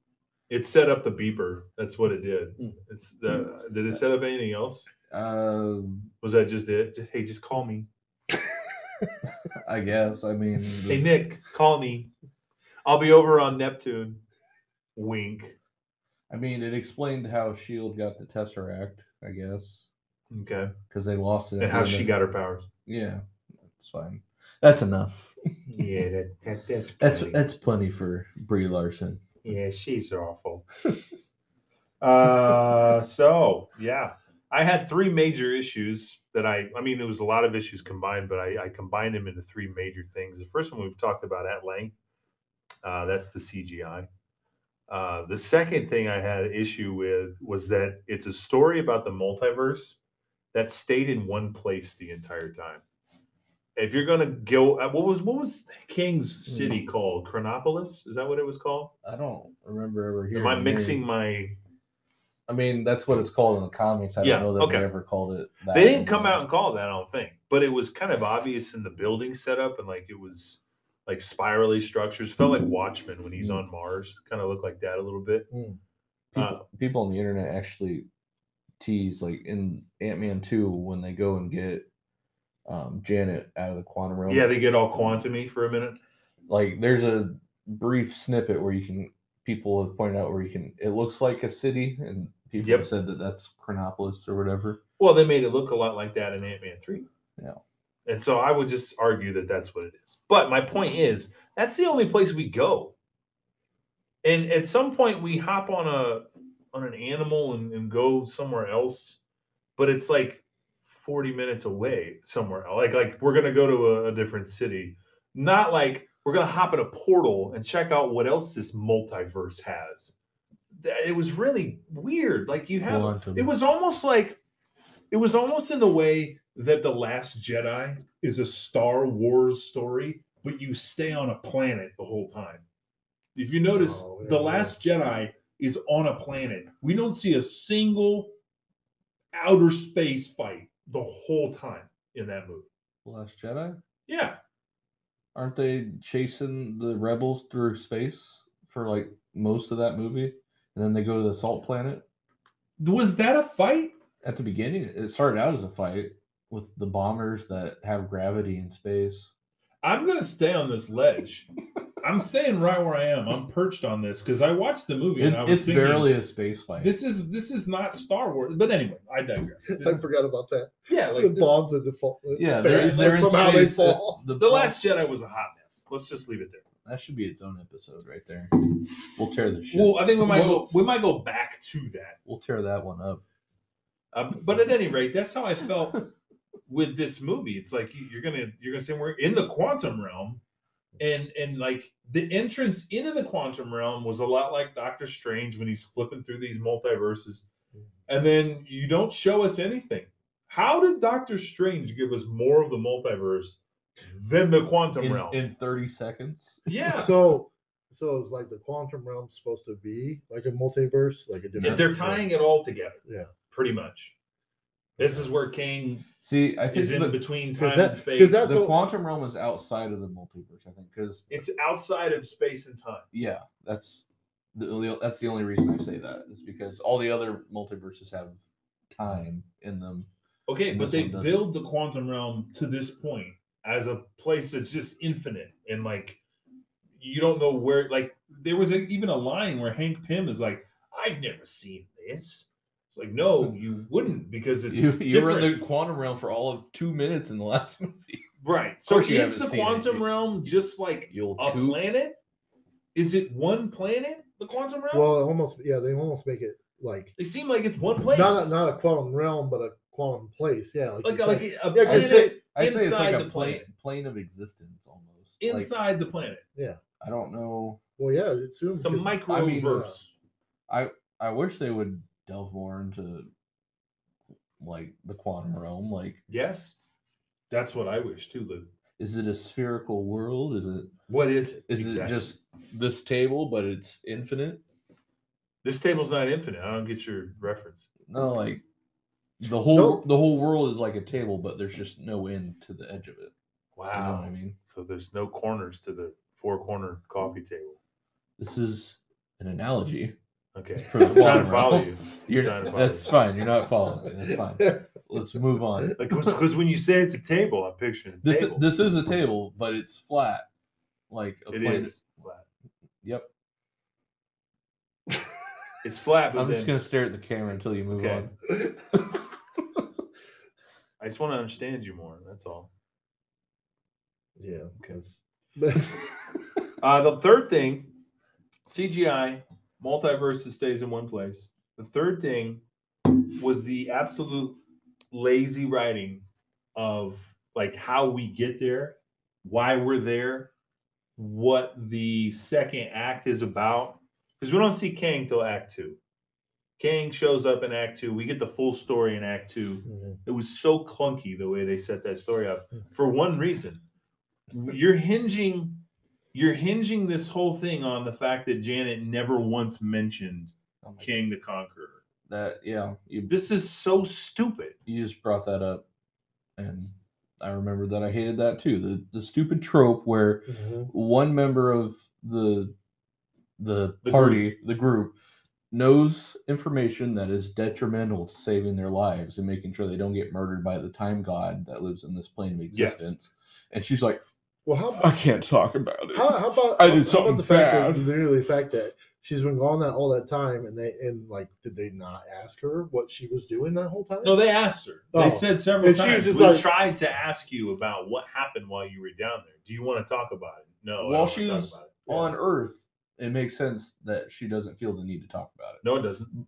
B: It set up the beeper. That's what it did.
C: Mm.
B: It's the, did it set up anything else?
C: Uh,
B: Was that just it? Just, hey, just call me.
C: I guess. I mean,
B: Hey Nick, call me. I'll be over on Neptune. Wink.
C: I mean, it explained how Shield E got the Tesseract. I guess
B: Okay.
C: because they lost it. at
B: And
C: the
B: how
C: end
B: she
C: of-
B: got her powers.
C: Yeah, that's fine. That's enough.
B: Yeah, that, that that's
C: That's that's plenty for Brie Larson.
B: yeah, she's awful. uh so yeah. I had three major issues that I I mean it was a lot of issues combined, but I, I combined them into three major things. The first one we've talked about at length. Uh, that's the CGI. Uh, the second thing I had issue with was that it's a story about the multiverse that stayed in one place the entire time. If you're gonna go, uh, what was what was King's city called? Chronopolis? Is that what it was called?
C: I don't remember ever hearing.
B: Am I
C: the
B: mixing
C: name.
B: my?
C: I mean, that's what it's called in the comics. I
B: Yeah,
C: don't know that
B: okay.
C: they ever called it. That
B: They
C: in
B: didn't come
C: the-
B: out and call it that. I don't think, but it was kind of obvious in the building setup and like it was like spirally structures. Felt like Watchmen when he's
C: Mm.
B: on Mars. Kind of looked like that a little bit.
C: People,
B: uh,
C: people on the internet actually tease like in Ant Man two when they go and get um, Janet out of the quantum realm.
B: Yeah, they get all quantumy for a minute.
C: like there's a brief snippet where you can people have pointed out where you can it looks like a city and people
B: Yep.
C: have said that that's Chronopolis or whatever.
B: Well, they made it look a lot like that in Ant Man three.
C: Yeah.
B: And so I would just argue that that's what it is. But my point is, that's the only place we go. And at some point, we hop on a on an animal and, and go somewhere else, but it's like forty minutes away somewhere. else. Like like we're gonna go to a, a different city, not like we're gonna hop in a portal and check out what else this multiverse has. Th- It was really weird. Like you have
C: Quantum.
B: it was almost like it was almost in the way that the last jedi is a star wars story but you stay on a planet the whole time if you notice
A: Oh, yeah,
B: the
A: yeah.
B: last jedi is on a planet we don't see a single outer space fight the whole time in that movie.
C: Last Jedi?
B: Yeah,
C: Aren't they chasing the rebels through space for like most of that movie? And then they go to the salt planet?
B: was that a fight?
C: At the beginning, it started out as a fight with the bombers that have gravity in space.
B: I'm gonna stay on this ledge. I'm staying right where I am. I'm perched on this because I watched the movie and I
C: It's-
B: was
C: it's
B: thinking,
C: barely a space fight.
B: this is this is not Star Wars. But anyway, I digress.
A: I forgot about that.
B: yeah,
A: the
B: like the,
A: bombs at the fall.
C: yeah,
A: space,
C: they're,
A: but
C: they're in
A: somehow
C: space.
A: they fall.
B: the Last Jedi was a hot mess. Let's just leave it there.
C: That should be its own episode right there. We'll tear the shit.
B: Well, I think we might
C: Well-
B: go we might go back to that.
C: we'll tear that one up.
B: Uh, but at any rate, that's how I felt with this movie. It's like you- you're gonna you're gonna say we're in the quantum realm, and and like the entrance into the quantum realm was a lot like Doctor Strange when he's flipping through these multiverses, and then you don't show us anything. How did Doctor Strange give us more of the multiverse than the quantum
C: In,
B: realm?
C: in 30 seconds.
B: yeah,
A: So, so it's like the quantum realm supposed to be like a multiverse, like a different.
B: they're tying it all together.
A: Yeah.
B: pretty much. This is where Kane
C: See, I think
B: is in
C: the,
B: between
A: 'Cause
B: time
A: that-
B: and
A: 'cause
B: space.
A: that's
C: the
A: what-
C: quantum realm is outside of the multiverse, I think, because
B: It's outside of space and time.
C: yeah, that's the only- that's the only reason I say that is because all the other multiverses have time in them.
B: Okay,
C: And
B: but
C: this
B: they
C: one doesn't.
B: build the quantum realm to this point as a place that's just infinite and like you don't know where. Like there was a, even a line where Hank Pym is like, "I've never seen this." It's like, no, you wouldn't because it's
C: You, you were
B: different.
C: in the quantum realm for all of two minutes in the last movie.
B: right. So
C: course you
B: is
C: haven't
B: the
C: seen it.
B: quantum
C: You-
B: realm just like
C: You'll
B: a planet? Is it one planet? The quantum realm?
A: Well, it almost yeah, they almost make it like
B: they seem like it's one place.
A: not a, not a quantum realm, but a quantum place. Yeah, like,
B: like
A: you
B: a, like
A: said.
B: a, a
A: Yeah, 'cause
C: I'd
B: planet
A: it's
C: say, I'd say it's
B: inside
C: like a
B: the
C: plane,
B: planet.
C: plane of existence almost. Like,
B: inside the planet.
C: I don't know.
A: well, yeah, it's soon
B: It's a
A: because-
B: microverse.
C: mean, I wish they would delve more into like the quantum realm. Like,
B: Yes. That's what I wish too, Lou.
C: is it a spherical world? Is it
B: What is it?
C: is it
B: exactly?
C: just this table, but it's infinite?
B: this table's not infinite? I don't get your reference.
C: No, like the whole
A: Nope.
C: the whole world is like a table, but there's just no end to the edge of it. You know what I mean?
B: So there's no corners to the four corner coffee table.
C: This is an analogy.
B: Okay.
C: For the
B: I'm trying
C: quantum
B: to follow
C: realm.
B: you.
C: You're
B: Trying to follow
C: that's
B: you.
C: fine. You're not following. That's fine. Let's move on.
B: Like, because when you say it's a table, I'm picturing a
C: This
B: table.
C: this is a table, but it's flat. Like a
B: It
C: plane.
B: is flat.
C: Yep.
B: It's flat, but
C: I'm just
B: then
C: gonna stare at the camera until you move
B: Okay.
C: on.
B: I just want to understand you more. That's all.
A: yeah, because
B: Uh, the third thing, CGI, multiverse that stays in one place. The third thing was the absolute lazy writing of like how we get there, why we're there, what the second act is about. Because we don't see Kang till Act Two. Kang shows up in Act Two. We get the full story in Act Two.
A: Mm-hmm.
B: It was so clunky the way they set that story up
A: Hmm.
B: for one reason. You're hinging you're hinging this whole thing on the fact that Janet never once mentioned
C: Oh my-
B: King the Conqueror.
C: That yeah, you
B: This is so stupid.
C: you just brought that up, and I remembered that I hated that too. The the stupid trope where one member of the the,
B: The
C: party, the group, knows information that is detrimental to saving their lives and making sure they don't get murdered by the time god that lives in this plane of
B: Yes.
C: existence. And she's like,
A: well, how
C: I can't talk about it.
A: how, how about
C: I
A: how
C: did
A: about
C: something
A: the fact that
C: bad.
A: literally the fact that she's been gone that all that time, and they and like did they not ask her what she was doing that whole time?
B: No, they asked her. They
A: Oh.
B: said several
A: And she was
B: times.
A: just
B: we
A: like-
B: tried to ask you about what happened while you were down there. Do you want to talk about it? No. I
C: While
B: don't wanna
C: she
B: talk
C: was-
B: about it.
C: On Earth, it makes sense that she doesn't feel the need to talk about it.
B: No, it doesn't.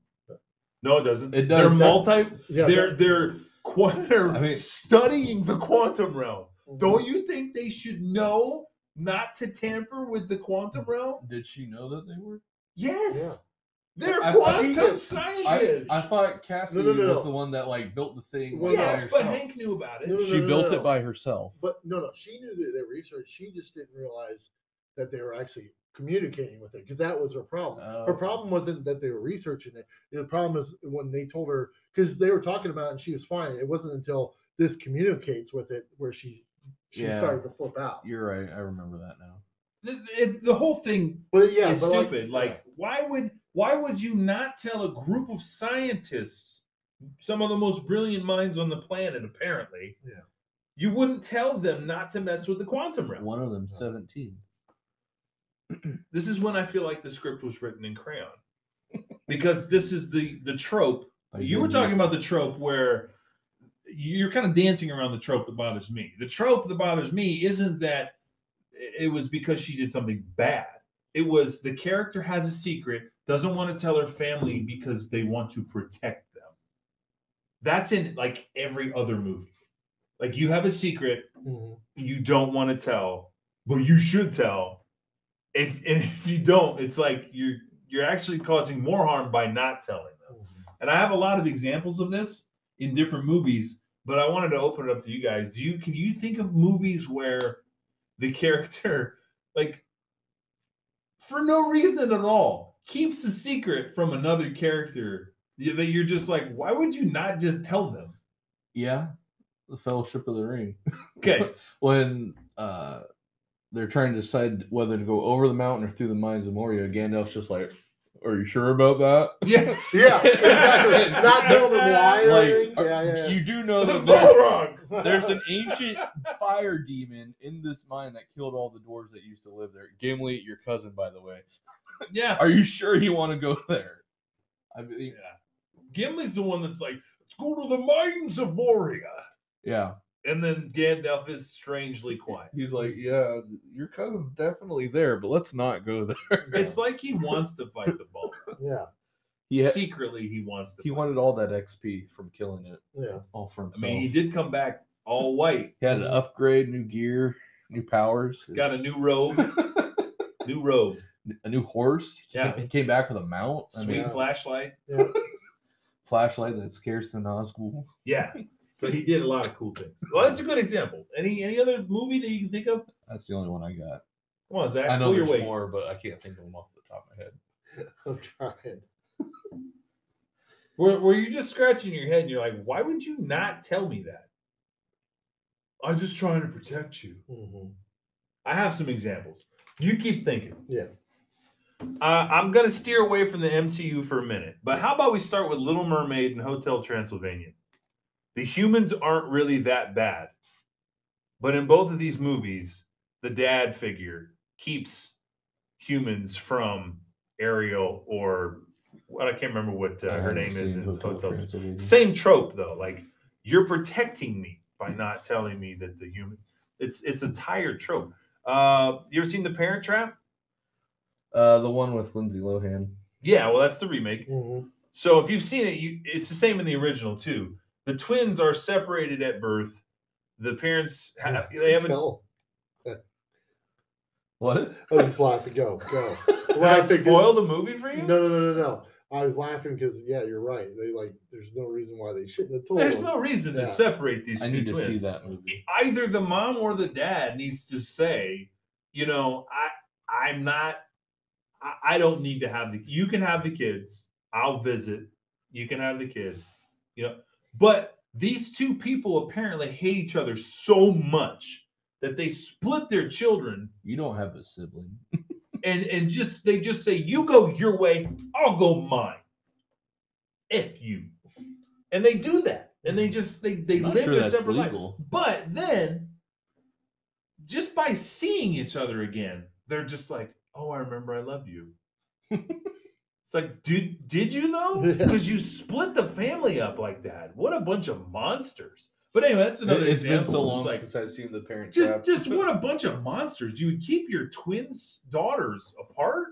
B: No, it doesn't.
C: It
B: They're
C: does.
B: multi.
A: yeah,
B: they're
A: that-
B: they're qu- they're
C: I mean-
B: studying the quantum realm.
C: Mm-hmm.
B: Don't you think they should know not to tamper with the quantum realm?
C: Did she know that they were?
B: Yes. They're
C: I-
B: quantum
A: I-
C: I,
B: scientists.
C: I thought Cassidy
A: no, no,
C: was
A: no.
C: the one that like built the thing.
A: Well,
C: like, by
B: yes, but
C: herself.
B: Hank knew about it.
A: No, no,
C: she
A: no,
C: built
A: no.
C: it by herself.
A: But no, no, she knew that they researched. She just didn't realize that they were actually communicating with it because that was her problem. Her
C: Oh.
A: problem wasn't that they were researching it. The problem is when they told her because they were talking about it and she was fine. It wasn't until this communicates with it where she she
C: Yeah.
A: started to flip out.
C: You're right. I remember that now.
B: The, it, the whole thing
A: But yeah,
B: is
A: but
B: stupid. Like, why would why would you not tell a group of scientists, some of the most brilliant minds on the planet, apparently?
A: Yeah.
B: You wouldn't tell them not to mess with the quantum realm.
C: One of them, 17.
B: This is when I feel like the script was written in crayon, because this is the the trope.
C: Like,
B: You
C: they
B: were
C: just-
B: talking about the trope where you're kind of dancing around the trope that bothers me. The trope that bothers me isn't that it was because she did something bad. It was the character has a secret, doesn't want to tell her family because they want to protect them. That's in like every other movie. Like you have a secret,
A: Mhm.
B: you don't want to tell, but you should tell. If and if you don't, it's like you're you're actually causing more harm by not telling them.
A: mm-hmm.
B: And I have a lot of examples of this in different movies, but I wanted to open it up to you guys. Do you can you think of movies where the character like for no reason at all keeps a secret from another character y- that you're just like, why would you not just tell them?
C: Yeah. The Fellowship of the Ring.
B: Okay,
C: when uh they're trying to decide whether to go over the mountain or through the mines of Moria, Gandalf's just like, Are you sure about that?
B: yeah,
A: Yeah, exactly. Not telling them why. or anything.
C: Like,
A: yeah, yeah, yeah.
C: you do know that there-
B: Balrog.
C: there's an ancient fire demon in this mine that killed all the dwarves that used to live there. Gimli, your cousin, by the way.
B: Yeah,
C: Are you sure you want to go there? I mean,
B: Gimli's the one that's like, let's go to the mines of Moria,
C: yeah.
B: and then Gandalf is strangely quiet.
C: He's like, yeah, your cousin's definitely there, but let's not go there.
B: It's like he wants to fight the Balrog.
A: yeah,
C: He, ha-
B: secretly he wants to.
C: he
B: fight.
C: wanted all that XP from killing it,
A: yeah.
C: all for
B: I
C: himself.
B: mean, he did come back all white,
C: He had an upgrade, new gear, new powers,
B: got a new robe, new robe,
C: a new horse. He
B: Yeah.
C: came- he came back with a mount, I
B: sweet
C: mean, uh,
A: mean-
B: flashlight.
C: flashlight that scares the Nazgul.
B: Yeah. So he did a lot of cool things. Well, that's a good example. Any any other movie that you can think of?
C: That's the only one I got.
B: Come on, Zach,
C: I know
B: pull your
C: there's
B: weight.
C: more, but I can't think of them off the top of my head.
A: I'm trying.
B: Where, where you're just scratching your head and you're like, why would you not tell me that? I'm just trying to protect you.
A: hmm
B: I have some examples. You keep thinking.
A: Yeah.
B: Uh, I'm going to steer away from the MCU for a minute, but how about we start with Little Mermaid and Hotel Transylvania? The humans aren't really that bad. But in both of these movies, the dad figure keeps humans from Ariel or what I can't remember what
C: I
B: uh, her
C: haven't
B: name is
C: seen
B: in Hotel. Transylvania.
C: Transylvania.
B: Same trope though, like you're protecting me by not telling me that the human. It's it's a tired trope. Uh, you ever seen The Parent Trap?
C: Uh, the one with Lindsay Lohan.
B: Yeah, well, that's the remake.
A: hmm
B: So if you've seen it, you it's the same in the original too. The twins are separated at birth. The parents have, they have
A: mm-hmm.
B: a
A: Tell.
C: What?
A: I was just laughing. Go, go.
B: did I
A: Laughing 'cause-
B: spoil the movie for you?
A: No, no, no, no, no. I was laughing because yeah, you're right. They like, there's no reason why they shouldn't have told.
B: There's
A: them.
B: no reason
A: Yeah.
B: to separate these
C: I
B: two
C: need to
B: twins.
C: see that movie.
B: either the mom or the dad needs to say, you know, I I'm not I, I don't need to have the you can have the kids. I'll visit. You can have the kids. You know, but these two people apparently hate each other so much that they split their children
C: You don't have a sibling.
B: and and just they just say you go your way i'll go mine if you and they do that and they just they they
C: I'm not
B: live
C: sure
B: their
C: that's
B: separate life
C: legal.
B: but then just by seeing each other again they're just like oh i remember i love you it's like did did you though
A: Yeah.
B: because you split the family up like that what a bunch of monsters but anyway that's another
C: It's
B: example
C: been so
B: It's
C: long
B: like,
C: since I've seen the Parent Trap.
B: just, just what a bunch of monsters! You would keep your twins' daughters apart,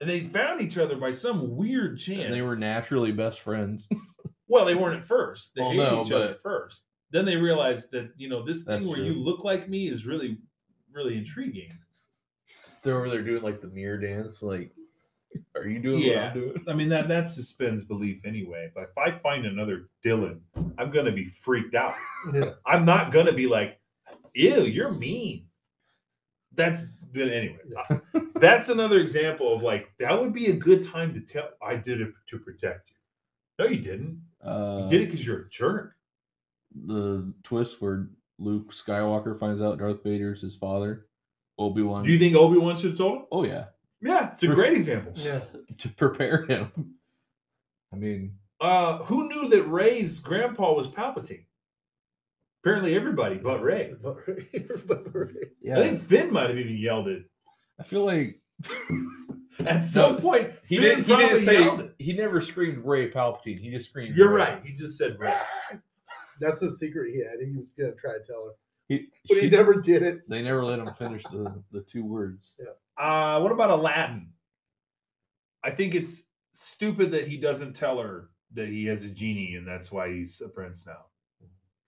B: and they found each other by some weird chance.
C: And they were naturally best friends.
B: well, they weren't at first. They
C: Well,
B: hated
C: no,
B: each other
C: but-
B: at first. Then they realized that you know this thing
C: That's
B: where
C: true.
B: you look like me is really, really intriguing.
C: They're over there doing like the mirror dance. Like, are you doing what
B: Yeah.
C: I'm doing?
B: I mean that that suspends belief anyway. But if I find another Dylan, I'm gonna be freaked out.
A: Yeah.
B: I'm not gonna be like, "Ew, you're mean." That's But anyway, uh, that's another example of like that would be a good time to tell I did it to protect you. No, you didn't. You
C: Uh,
B: did it because you're a jerk.
C: the twist where Luke Skywalker finds out Darth Vader's his father, Obi Wan.
B: Do you think Obi Wan should have told him?
C: oh yeah,
B: Yeah, it's a great example.
A: Yeah.
C: to prepare him. I mean,
B: Uh, who knew that Ray's grandpa was Palpatine? Apparently, everybody but Ray.
A: But, but right.
C: yeah,
B: I think Finn might have even yelled it
C: I feel like
B: at some point.
C: he
B: Finn
C: didn't. He didn't
B: probably yelled
C: say
B: it.
C: he never screamed Ray Palpatine. He just screamed.
B: You're
C: Rey.
B: right. He just said Ray.
A: That's a secret he had. He was gonna try to tell her,
C: He,
A: but
C: she-
A: he never did it.
C: They never let him finish the the two words.
B: Uh, what about Aladdin? I think it's stupid that he doesn't tell her that he has a genie and that's why he's a prince now.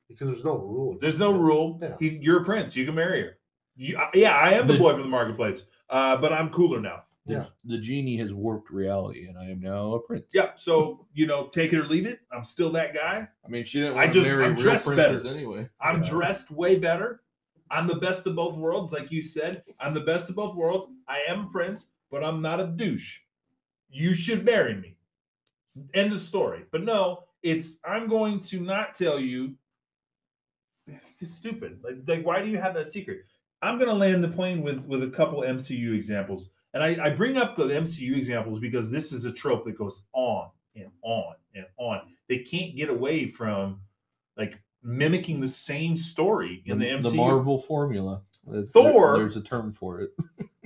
A: Because there's no rule.
B: There's no rule.
A: Yeah.
B: He, you're a prince. You can marry her. You, I- yeah, I am the
C: The-
B: boy from the marketplace, uh, but I'm cooler now.
C: The,
A: Yeah.
C: the genie has warped reality, and I am now a prince.
B: Yeah, so you know, take it or leave it. I'm still that guy.
C: I mean, she didn't
B: I
C: want
B: just-
C: to marry
B: I'm
C: real
B: dressed
C: princes
B: better.
C: anyway.
B: I'm
C: Yeah.
B: dressed way better. I'm the best of both worlds, like you said. I'm the best of both worlds. I am a prince, but I'm not a douche. You should marry me. End of story. But no, it's I'm going to not tell you. It's just stupid. Like, like why do you have that secret? I'm gonna land the plane with with a couple MCU examples. And I, I bring up the MCU examples because this is a trope that goes on and on and on. They can't get away from like mimicking the same story in the, MCU.
C: Marvel formula. There-
B: Thor-
C: there's a term for it.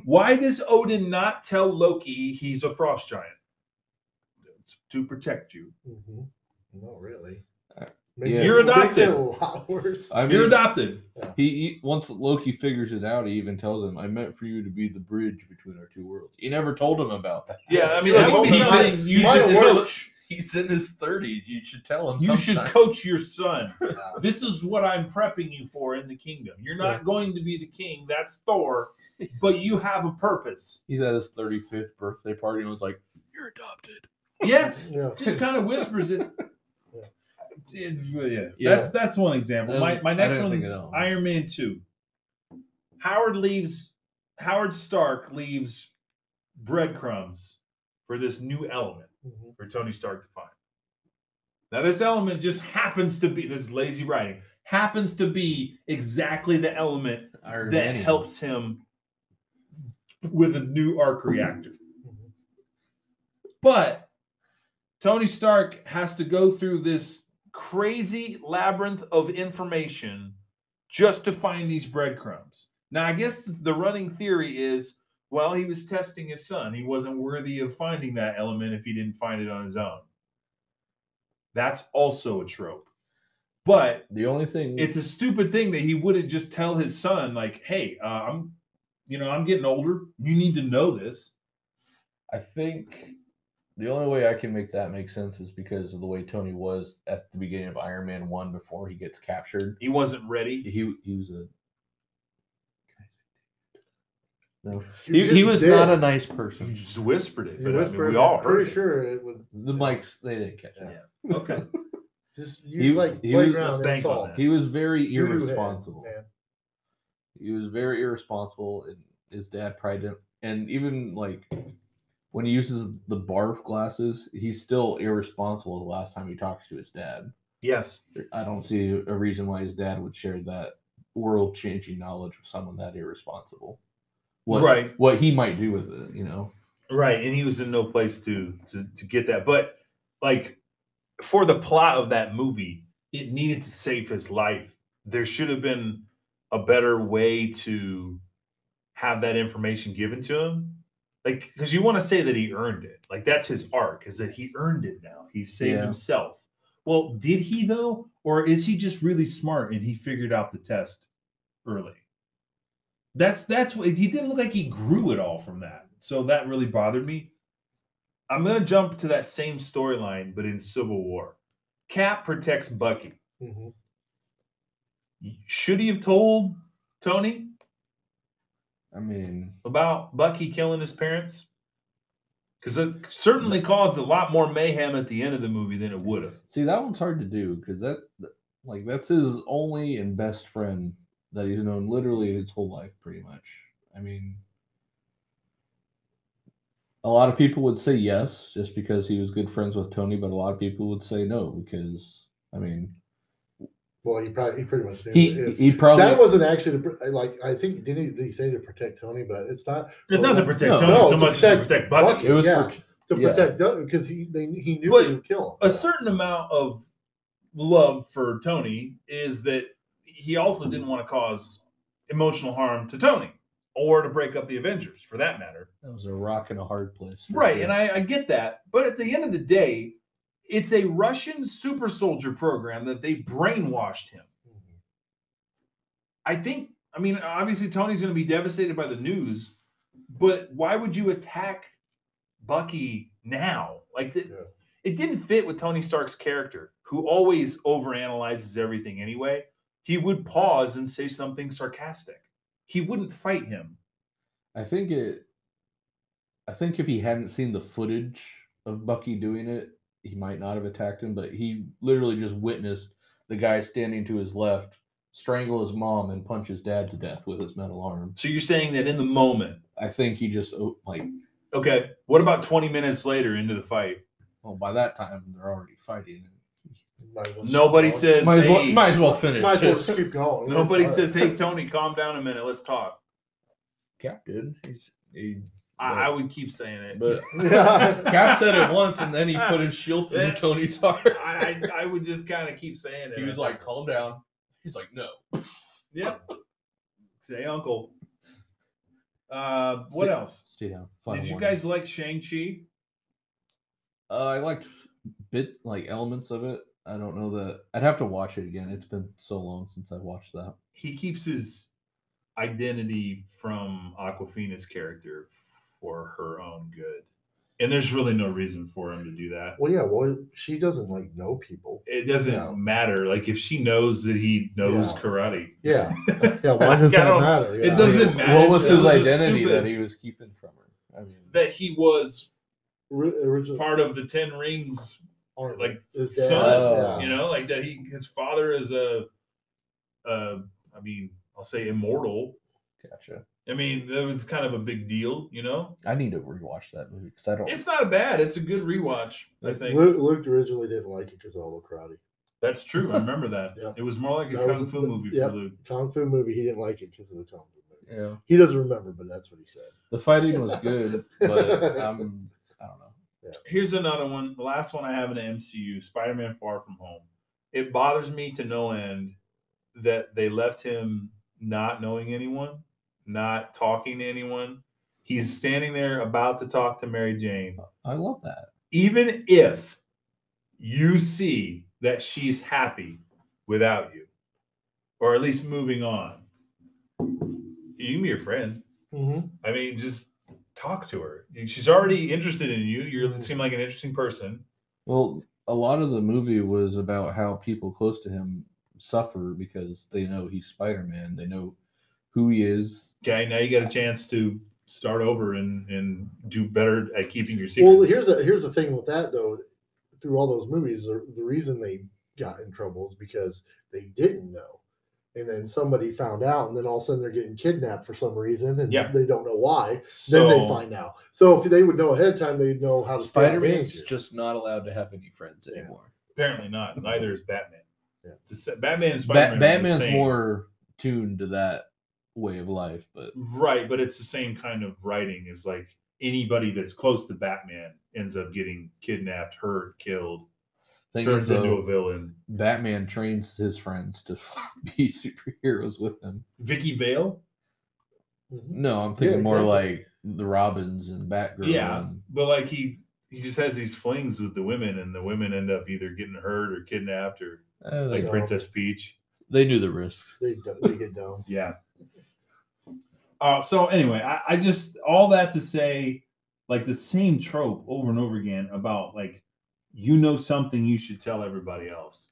B: Why does Odin not tell Loki he's a frost giant? It's to protect you.
A: hmm No, really.
C: Uh,
A: Makes
C: yeah.
A: it-
B: You're
A: makes it
B: adopted.
A: a lot worse.
C: I
B: You're
C: mean,
B: adopted.
C: he, he once Loki figures it out, he even tells him, "I meant for you to be the bridge between our two worlds." He never told him about that.
B: Yeah, I mean,
A: You're
B: that would be
A: adopted.
B: something you
A: Might
B: should
A: have worked.
B: coach.
C: He's in his thirties. You should tell him.
B: You should
C: sometime.
B: coach your son.
A: Yeah.
B: This is what I'm prepping you for in the kingdom. You're not going to be the king. That's Thor, but you have a purpose.
C: He's at his thirty fifth birthday party and was like, "You're adopted."
B: Yeah,
A: Yeah.
B: just kind of whispers it. Yeah.
C: Yeah.
B: that's that's one example.
C: That
B: My
C: was-
B: my
C: I
B: next
C: didn't think
B: one's
C: of that one.
B: Iron Man two. Howard leaves. Howard Stark leaves breadcrumbs for this new element
A: Mhm.
B: for Tony Stark to find. Now this element just happens to be this is lazy writing happens to be exactly the element
C: Iron
B: that
C: Man.
B: helps him with a new arc reactor.
A: Mhm.
B: But Tony Stark has to go through this crazy labyrinth of information just to find these breadcrumbs. Now, I guess th- the running theory is well, he was testing his son. He wasn't worthy of finding that element if he didn't find it on his own. That's also a trope. But
C: The only thing
B: it's a stupid thing that he wouldn't just tell his son like hey uh, i'm you know i'm getting older you need to know this
C: I think the only way I can make that make sense is because of the way Tony was at the beginning of Iron Man One before he gets captured.
B: he wasn't ready
C: He he was a no.
A: You
C: He, he
A: just
C: was
A: did.
C: not a nice
B: you
C: person.
B: just whispered it
A: You
B: but I mean,
A: whispered,
B: we all
A: I'm
B: heard
A: pretty
B: it.
A: sure it would
C: The mics they didn't catch
A: Yeah.
C: it.
B: okay
A: just use
C: He-
A: like
C: he was-
A: playground
B: let's bank on
A: insult.
B: that.
C: He was very
A: You had,
C: irresponsible.
A: man.
C: He was very irresponsible, and his dad tried to. And even like when he uses the barf glasses, he's still irresponsible. The last time he talks to his dad.
B: yes
C: I don't see a reason why his dad would share that world changing knowledge with someone that irresponsible. What,
B: Right.
C: What he might do with it, you know?
B: right and he was in no place to to to get that but like for the plot of that movie it needed to save his life there should have been a better way to have that information given to him like because you want to say that he earned it like that's his arc is that he earned it now he saved
C: Yeah.
B: himself well did he though or is he just really smart and he figured out the test early that's that's what he didn't look like he grew at all from that so that really bothered me i'm gonna jump to that same storyline but in civil war cap protects bucky
A: Mhm.
B: should he have told tony
C: I mean,
B: about Bucky killing his parents? Because it certainly caused a lot more mayhem at the end of the movie than it would have.
C: see, that one's hard to do because that, like, that's his only and best friend that he's known literally his whole life, pretty much. I mean, a lot of people would say yes just because he was good friends with Tony, but a lot of people would say no because, I mean,
A: Well, he probably he pretty much knew
C: he
A: if-
C: he probably
A: that wasn't actually to, pr- like I think didn't he, did he say to protect Tony, but it's not.
B: It's not to protect
C: No,
B: Tony
A: no,
B: so
A: to
B: much as to
A: protect
B: protect Bucky.
A: Bucky.
C: it was
A: yeah.
C: for-
A: to
C: Yeah.
A: protect Doug because he they, he knew
B: But
A: he would kill him.
B: a certain amount of love for Tony is that he also didn't want to cause emotional harm to Tony or to break up the Avengers for that matter.
C: that was a rock and a hard place. for
B: Right.
C: sure.
B: And I, I get that. But at the end of the day, it's a Russian super soldier program that they brainwashed him. I think, I mean, obviously Tony's going to be devastated by the news, but why would you attack Bucky now? Like, th-
A: Yeah.
B: it didn't fit with Tony Stark's character, who always overanalyzes everything anyway. He would pause and say something sarcastic. He wouldn't fight him.
C: I think it. I think if he hadn't seen the footage of Bucky doing it, he might not have attacked him. But he literally just witnessed the guy standing to his left strangle his mom and punch his dad to death with his metal arm.
B: So you're saying that in the moment,
C: I think he just oh, like,
B: okay, what about 20 minutes later into the fight?
C: well, oh, by that time they're already fighting.
A: Might as well just
B: Nobody
A: keep
B: says,
C: Might as well,
B: hey,
C: might as well
A: going.
C: finish.
A: Might as well just keep going.
B: nobody
A: It's
B: says,
A: like-
B: hey, Tony, calm down a minute. Let's talk.
C: Cap did. He's, he,
B: I, I would keep saying it.
C: but
A: Yeah.
C: Cap said it once, and then he put his shield through Tony's heart.
B: I, I, I would just kind of keep saying it.
C: He was like, "Calm down." He's like, "No."
B: yeah. Say uncle. Uh, what
C: Stay-
B: else?
C: Stay down.
B: Did
C: Final
B: you
C: warning.
B: guys like Shang-Chi?
C: Uh, I liked bit like elements of it. I don't know that I'd have to watch it again. It's been so long since I watched that.
B: He keeps his identity from Aquafina's character for her own good. And there's really no reason for him to do that.
A: well, yeah. Well, she doesn't like know people.
B: It doesn't
A: No.
B: matter. Like if she knows that he knows
A: Yeah.
B: karate,
A: Yeah. Yeah. Why does
B: Yeah, I
A: that
B: don't-
A: matter?
B: it
A: Yeah.
B: doesn't
C: I mean,
B: matter,
C: What was
B: it's-
C: his
B: it was just
C: identity that
B: stupid.
C: he was keeping from her? I mean,
B: that he was
A: Ri- original
B: part of the Ten Rings
A: army.
B: like,
A: His
B: son,
C: Oh.
A: dad,
B: you know like that he his father is a uh i mean i'll say immortal
C: gotcha.
B: i mean that was kind of a big deal you know
C: I need to rewatch that movie because I don't.
B: it's not bad it's a good rewatch i
A: Like,
B: think
A: Luke, Luke originally didn't like it because of all the karate.
B: that's true i remember that
A: Yeah.
B: it was more like a
A: That was
B: kung
A: a-
B: fu movie
A: yeah.
B: for luke
A: Kung Fu movie, he didn't like it because of the Kung Fu movie.
C: yeah,
A: He doesn't remember, but that's what he said.
C: the fighting was good, but I'm. I don't know.
B: here's another one the last one i have in the mcu spider-man far from home it bothers me to no end that they left him not knowing anyone not talking to anyone he's standing there about to talk to mary jane
C: I love that.
B: even if you see that she's happy without you, or at least moving on, you can be your friend.
A: Mm-hmm.
B: I mean, just talk to her. She's already interested in you. You seem like an interesting person.
C: Well, a lot of the movie was about how people close to him suffer because they know he's Spider Man. They know who he is.
B: Okay, now you got a chance to start over and and do better at keeping your secrets.
A: Well, here's a, here's the thing with that though. Through all those movies, the, the reason they got in trouble is because they didn't know, and then somebody found out, and then all of a sudden they're getting kidnapped for some reason, and
B: Yeah.
A: they don't know why.
B: so,
A: then they find out. So if they would know ahead of time, they'd know how to stay out of
C: Spider Man's
A: danger.
C: just not allowed to have any friends
A: Yeah.
C: anymore.
B: apparently not. Neither is Batman.
A: Yeah.
B: It's a se- Batman and
C: Ba-
B: Spider-Man. are the
C: Batman's
B: same.
C: more tuned to that way of life, but
B: Right, but it's the same kind of writing as like anybody that's close to Batman ends up getting kidnapped, hurt, killed,
C: thing
B: turns
C: is,
B: into
C: though,
B: a villain.
C: Batman trains his friends to be superheroes with him.
B: Vicky Vale?
A: Mhm.
C: No, I'm thinking more
A: exactly.
C: like the Robins and Batgirl.
B: Yeah.
C: and-
B: But like he he just has these flings with the women and the women end up either getting hurt or kidnapped or
C: eh,
B: like
C: they,
A: Yeah.
B: Princess Peach.
C: they knew the risks.
A: They, d- they get down.
B: Yeah. Uh, so anyway, I, I just all that to say, like the same trope over and over again about like you know something you should tell everybody else.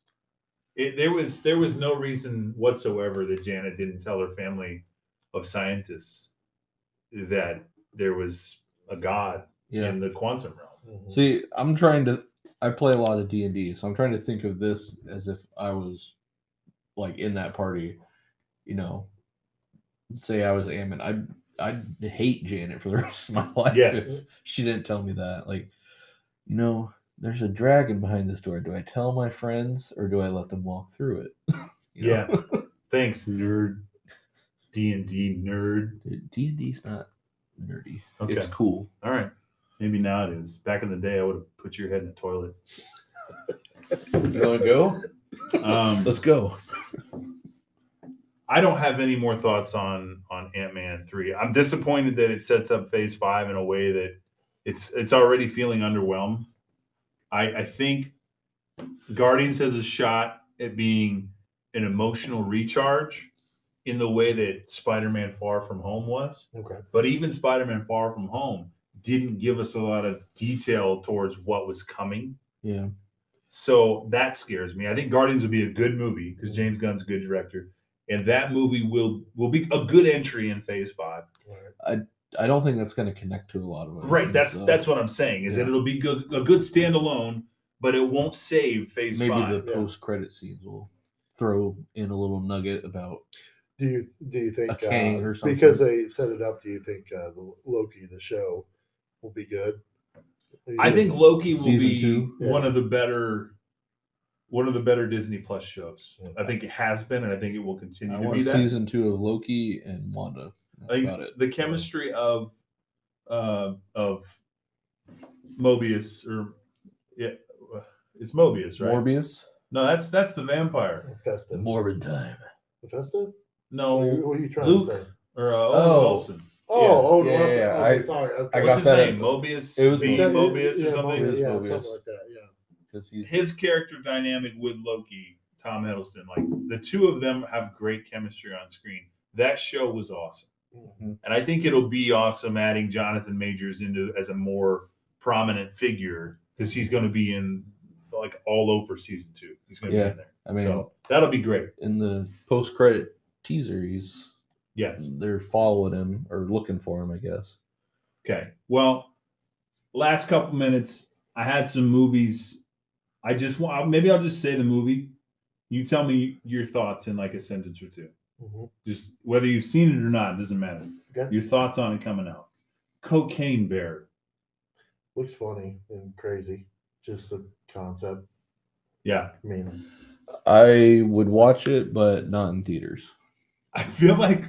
B: It, there was there was no reason whatsoever that Janet didn't tell her family of scientists that there was a god
C: Yeah.
B: in the quantum realm.
A: Mhm.
C: See, I'm trying to. I play a lot of D and D, so I'm trying to think of this as if I was like in that party. You know, say I was Ammon. I I'd hate Janet for the rest of my life
B: Yeah.
C: if she didn't tell me that. Like, you know, there's a dragon behind this door. Do I tell my friends or do I let them walk through it? You know?
B: Yeah. Thanks, nerd. D and D nerd.
C: D and D's not nerdy.
B: Okay.
C: It's cool.
B: All right. Maybe now it is. Back in the day, I would have put your head in the toilet.
C: You want to go?
B: Um,
C: Let's go.
B: I don't have any more thoughts on on Ant Man three. I'm disappointed that it sets up Phase five in a way that it's it's already feeling underwhelmed. I I think Guardians has a shot at being an emotional recharge in the way that Spider Man Far From Home was.
A: Okay.
B: But even Spider Man Far From Home didn't give us a lot of detail towards what was coming.
C: Yeah.
B: So that scares me. I think Guardians will be a good movie because James Gunn's a good director, and that movie will will be a good entry in Phase Five.
A: All right.
C: I don't think that's going to connect to a lot of us.
B: Right. That's that's what I'm saying. Is that
C: Oh Yeah.
B: it'll be good a good standalone, but it won't save Phase
C: maybe
B: Five.
C: the
A: Yeah.
C: post credit scenes will throw in a little nugget about
A: Do you do you think
C: king
A: uh,
C: or something.
A: because they set it up? Do you think uh, the Loki the show will be good?
B: I think Loki will
C: Season
B: be
C: two?
B: one
A: Yeah.
B: of the better one of the better Disney Plus shows.
A: Yeah.
B: I think it has been, and I think it will continue
C: I
B: to
C: want
B: be that.
C: season two of Loki and Wanda. That's
B: I think
C: about it.
B: the chemistry of uh, of Mobius or yeah, uh, it's Mobius, right?
C: Morbius.
B: no, that's that's the vampire.
A: Festa.
C: Morbid time.
A: Festa? What are you-
B: No,
A: what are you trying
B: Oh, Luke.
A: to say?
B: or uh, Owen
C: Oh.
B: Wilson.
A: Oh,
C: Yeah,
A: oh, no,
C: yeah, yeah,
A: okay,
C: I-
A: sorry. Okay.
C: I
B: What's
C: got
B: his
C: that
B: name?
C: at the-
B: Mobius.
C: it was
B: Bean
A: Is that-
B: Mobius or
A: yeah,
B: something.
A: Mobius,
C: It
A: yeah,
C: was
A: something
C: Mobius.
A: like that. Yeah.
C: Because he's
B: His character dynamic with Loki, Tom Hiddleston, like the two of them have great chemistry on screen. That show was awesome.
C: Mhm.
B: And I think it'll be awesome adding Jonathan Majors into as a more prominent figure because he's going to be in like all over season two. He's going to be
C: Yeah,
B: in there.
C: I mean-
B: so that'll be great.
C: in the post credit teaser. He's
B: Yes.
C: they're following him or looking for him. I guess.
B: Okay. Well, last couple minutes, I had some movies. I just want maybe I'll just say the movie. You tell me your thoughts in like a sentence or two.
A: Mhm.
B: Just whether you've seen it or not, it doesn't matter.
A: Okay.
B: Your thoughts on it coming out. Cocaine Bear.
A: Looks funny and crazy. Just a concept.
B: Yeah.
A: I mean,
C: I would watch it, but not in theaters.
B: I feel like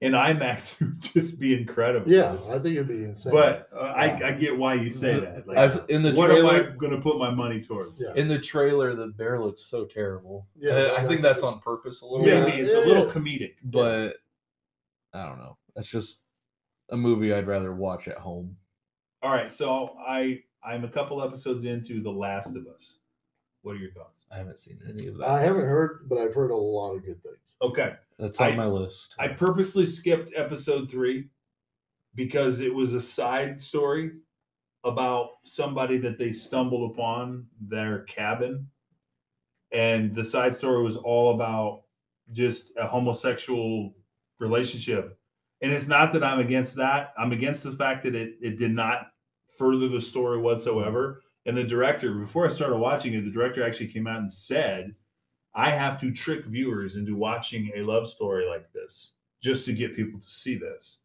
B: an IMAX would just be incredible.
A: yeah, I think it'd be insane.
B: But uh,
A: Yeah.
B: I, I get why you say that. Like,
C: I've in the
B: what
C: trailer.
B: am I going to put my money towards?
A: Yeah.
C: In the trailer, the bear looks so terrible.
A: Yeah,
C: Yeah, I
A: yeah.
C: think that's on purpose a little
A: Yeah.
B: Maybe
C: bit,
B: it's a
A: it
B: little
A: is.
B: comedic.
C: but I don't know. That's just a movie I'd rather watch at home.
B: All right, so I I'm a couple episodes into The Last of Us. What are your thoughts?
C: I haven't seen any of
A: I
C: that.
A: haven't heard, but I've heard a lot of good things.
B: Okay,
C: That's on
B: I-
C: my list.
B: I purposely skipped episode three because it was a side story about somebody that they stumbled upon their cabin, and the side story was all about just a homosexual relationship. And it's not that I'm against that. I'm against the fact that it it did not further the story whatsoever. And the director, before I started watching it, the director actually came out and said, I have to trick viewers into watching a love story like this just to get people to see this.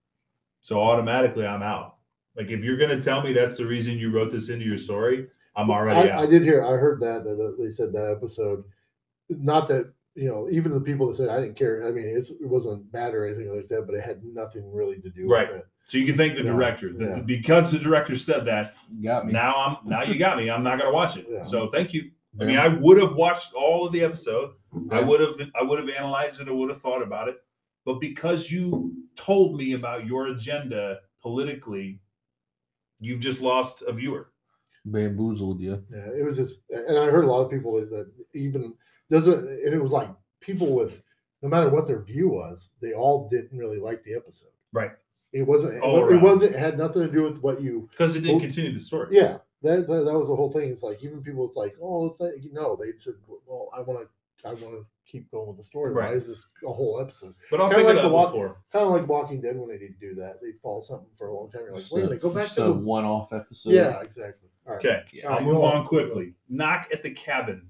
B: So automatically I'm out. Like if you're gonna tell me that's the reason you wrote this into your story, I'm already
A: I,
B: out.
A: I did hear. I heard that, that that they said that episode. Not that you know, even the people that said I didn't care. I mean, it's, it wasn't bad or anything like that, but it had nothing really to do
B: Right.
A: with it.
B: so you can thank the
A: Yeah,
B: director. The-
A: yeah.
B: Because the director said that,
C: got me.
B: now I'm now you got me. I'm not gonna watch it.
A: Yeah.
B: So thank you. I
C: Bear-
B: mean, I would have watched all of the episode. I
C: Yeah.
B: would have I would have analyzed it. I would have thought about it. But because you told me about your agenda politically, you've just lost a viewer.
C: bamboozled you.
A: Yeah, it was just, and I heard a lot of people that, that even doesn't, and it was like people with no matter what their view was, they all didn't really like the episode.
B: Right.
A: It wasn't. It,
B: All
A: wa- it
B: around.
A: wasn't. It had nothing to do with what you.
B: Because it didn't
A: Well,
B: continue the story.
A: Yeah. That, that that was the whole thing. It's like even people. It's like, oh, it's like no. They said, well, I want to. I want to keep going with the story. Why
B: Right.
A: is this a whole episode?
B: But I'll
A: Kinda
B: pick
A: like
B: it
A: the
B: up
A: walk-
B: before.
A: Kind of like Walking Dead when they did do that. They follow something for a long time. You're like,
C: Just
A: wait a
C: a-
A: minute, go back
C: just
A: to
C: a
A: the.
C: one-off episode.
A: Yeah, exactly. All right.
B: Okay.
C: Yeah.
B: I'll
A: Alright,
B: move
A: go on.
B: on quickly. Knock at the cabin.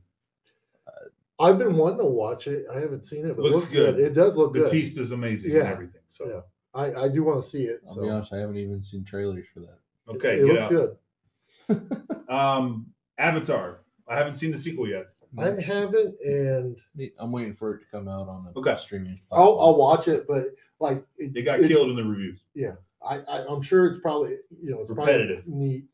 A: I've been wanting to watch it. I haven't seen it, but it
B: Looks
A: looks good.
B: good.
A: It does look Oh, good.
B: Batista's amazing
A: Yeah.
B: and everything. So
A: Yeah. I, I do want to see it.
C: I'll be
A: So
C: honest, I haven't even seen trailers for that.
B: Okay,
A: it
B: get
A: looks
B: out.
A: good.
B: Um, Avatar. I haven't seen the sequel yet.
C: Mm-hmm.
A: I haven't, and
C: I'm waiting for it to come out on the
B: Okay.
C: streaming.
A: I'll, I'll
C: platform.
A: watch it, but like
B: It got
A: it-
B: killed in the reviews.
A: I, I I'm sure it's probably you know it's
B: Repetitive.
A: probably neat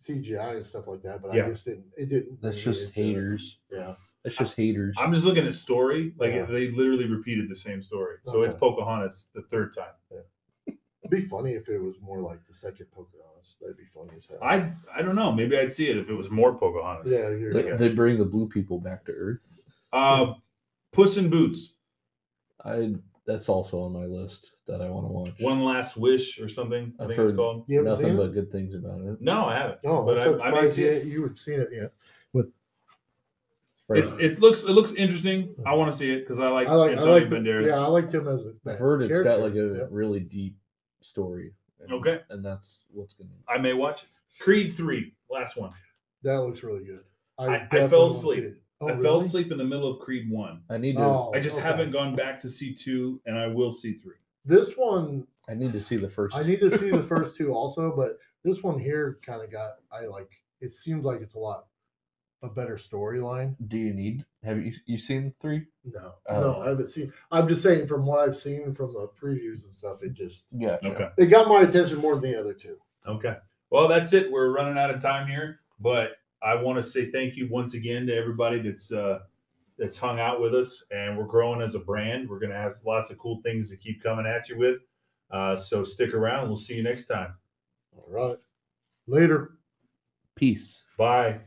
A: CGI and stuff like that, but
B: Yeah.
A: I just didn't. It didn't.
C: That's
A: bring me
C: just
A: into it.
C: haters.
A: Yeah.
C: That's just haters.
B: I'm just looking at story. Like
A: Yeah.
B: they literally repeated the same story. So it's
A: Okay.
B: Pocahontas the third time.
A: It'd be funny if it was more like the second Pocahontas. That'd be funny as hell.
B: I I don't know. Maybe I'd see it if it was more Pocahontas.
A: yeah, you're
C: They,
A: right.
C: they bring the blue people back to Earth.
B: Uh, Puss in Boots.
C: I that's also on my list that I want to watch.
B: One Last Wish or something. I
C: I've
B: think it's
C: heard-
B: called.
A: You haven't
C: Nothing
A: seen it?
C: but good things about it.
B: No, I haven't.
A: No,
B: but
A: I'm so
B: I, I may
A: surprised
B: see it.
A: you, you had seen it yet.
C: Right.
B: It's it looks it looks interesting. I want to see it because I like,
A: I like, I
B: Antonio
A: like the,
B: Banderas.
A: yeah, I liked him as a
C: I've heard it's got like a
A: character.
C: really deep story. And,
B: Okay.
C: And that's what's gonna
B: I may watch it. Creed three, last one.
A: that looks really good.
B: I- I fell
A: definitely wanna see
B: asleep.
A: it. Oh,
B: I fell
A: really?
B: asleep in the middle of Creed one.
C: I need to
A: Oh,
B: I just
A: okay.
B: haven't gone back to C two, and I will see three.
A: This one,
C: I need to see the first
A: I need to see the first two also, but this one here kind of got. I like. It seems like it's a lot a better storyline.
C: do you need have you you seen three?
A: No,
C: Oh.
A: no, I haven't seen. I'm just saying from what I've seen from the previews and stuff, it just
C: Yeah.
B: Okay.
A: it got my attention more than the other two.
B: Okay. Well, that's it. We're running out of time here, but I want to say thank you once again to everybody that's uh, that's hung out with us, and we're growing as a brand. We're going to have lots of cool things to keep coming at you with. Uh, so stick around. We'll see you next time.
A: All right, later.
C: Peace.
B: Bye.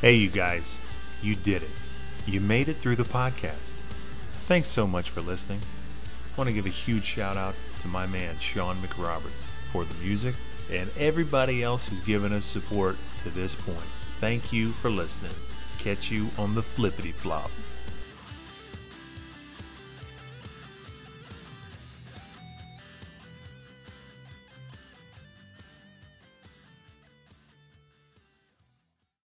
I: Hey, you guys, you did it. You made it through the podcast. Thanks so much for listening. want to give a huge shout out to my man, Sean McRoberts, for the music and everybody else who's given us support to this point. Thank you for listening. Catch you on the flippity flop.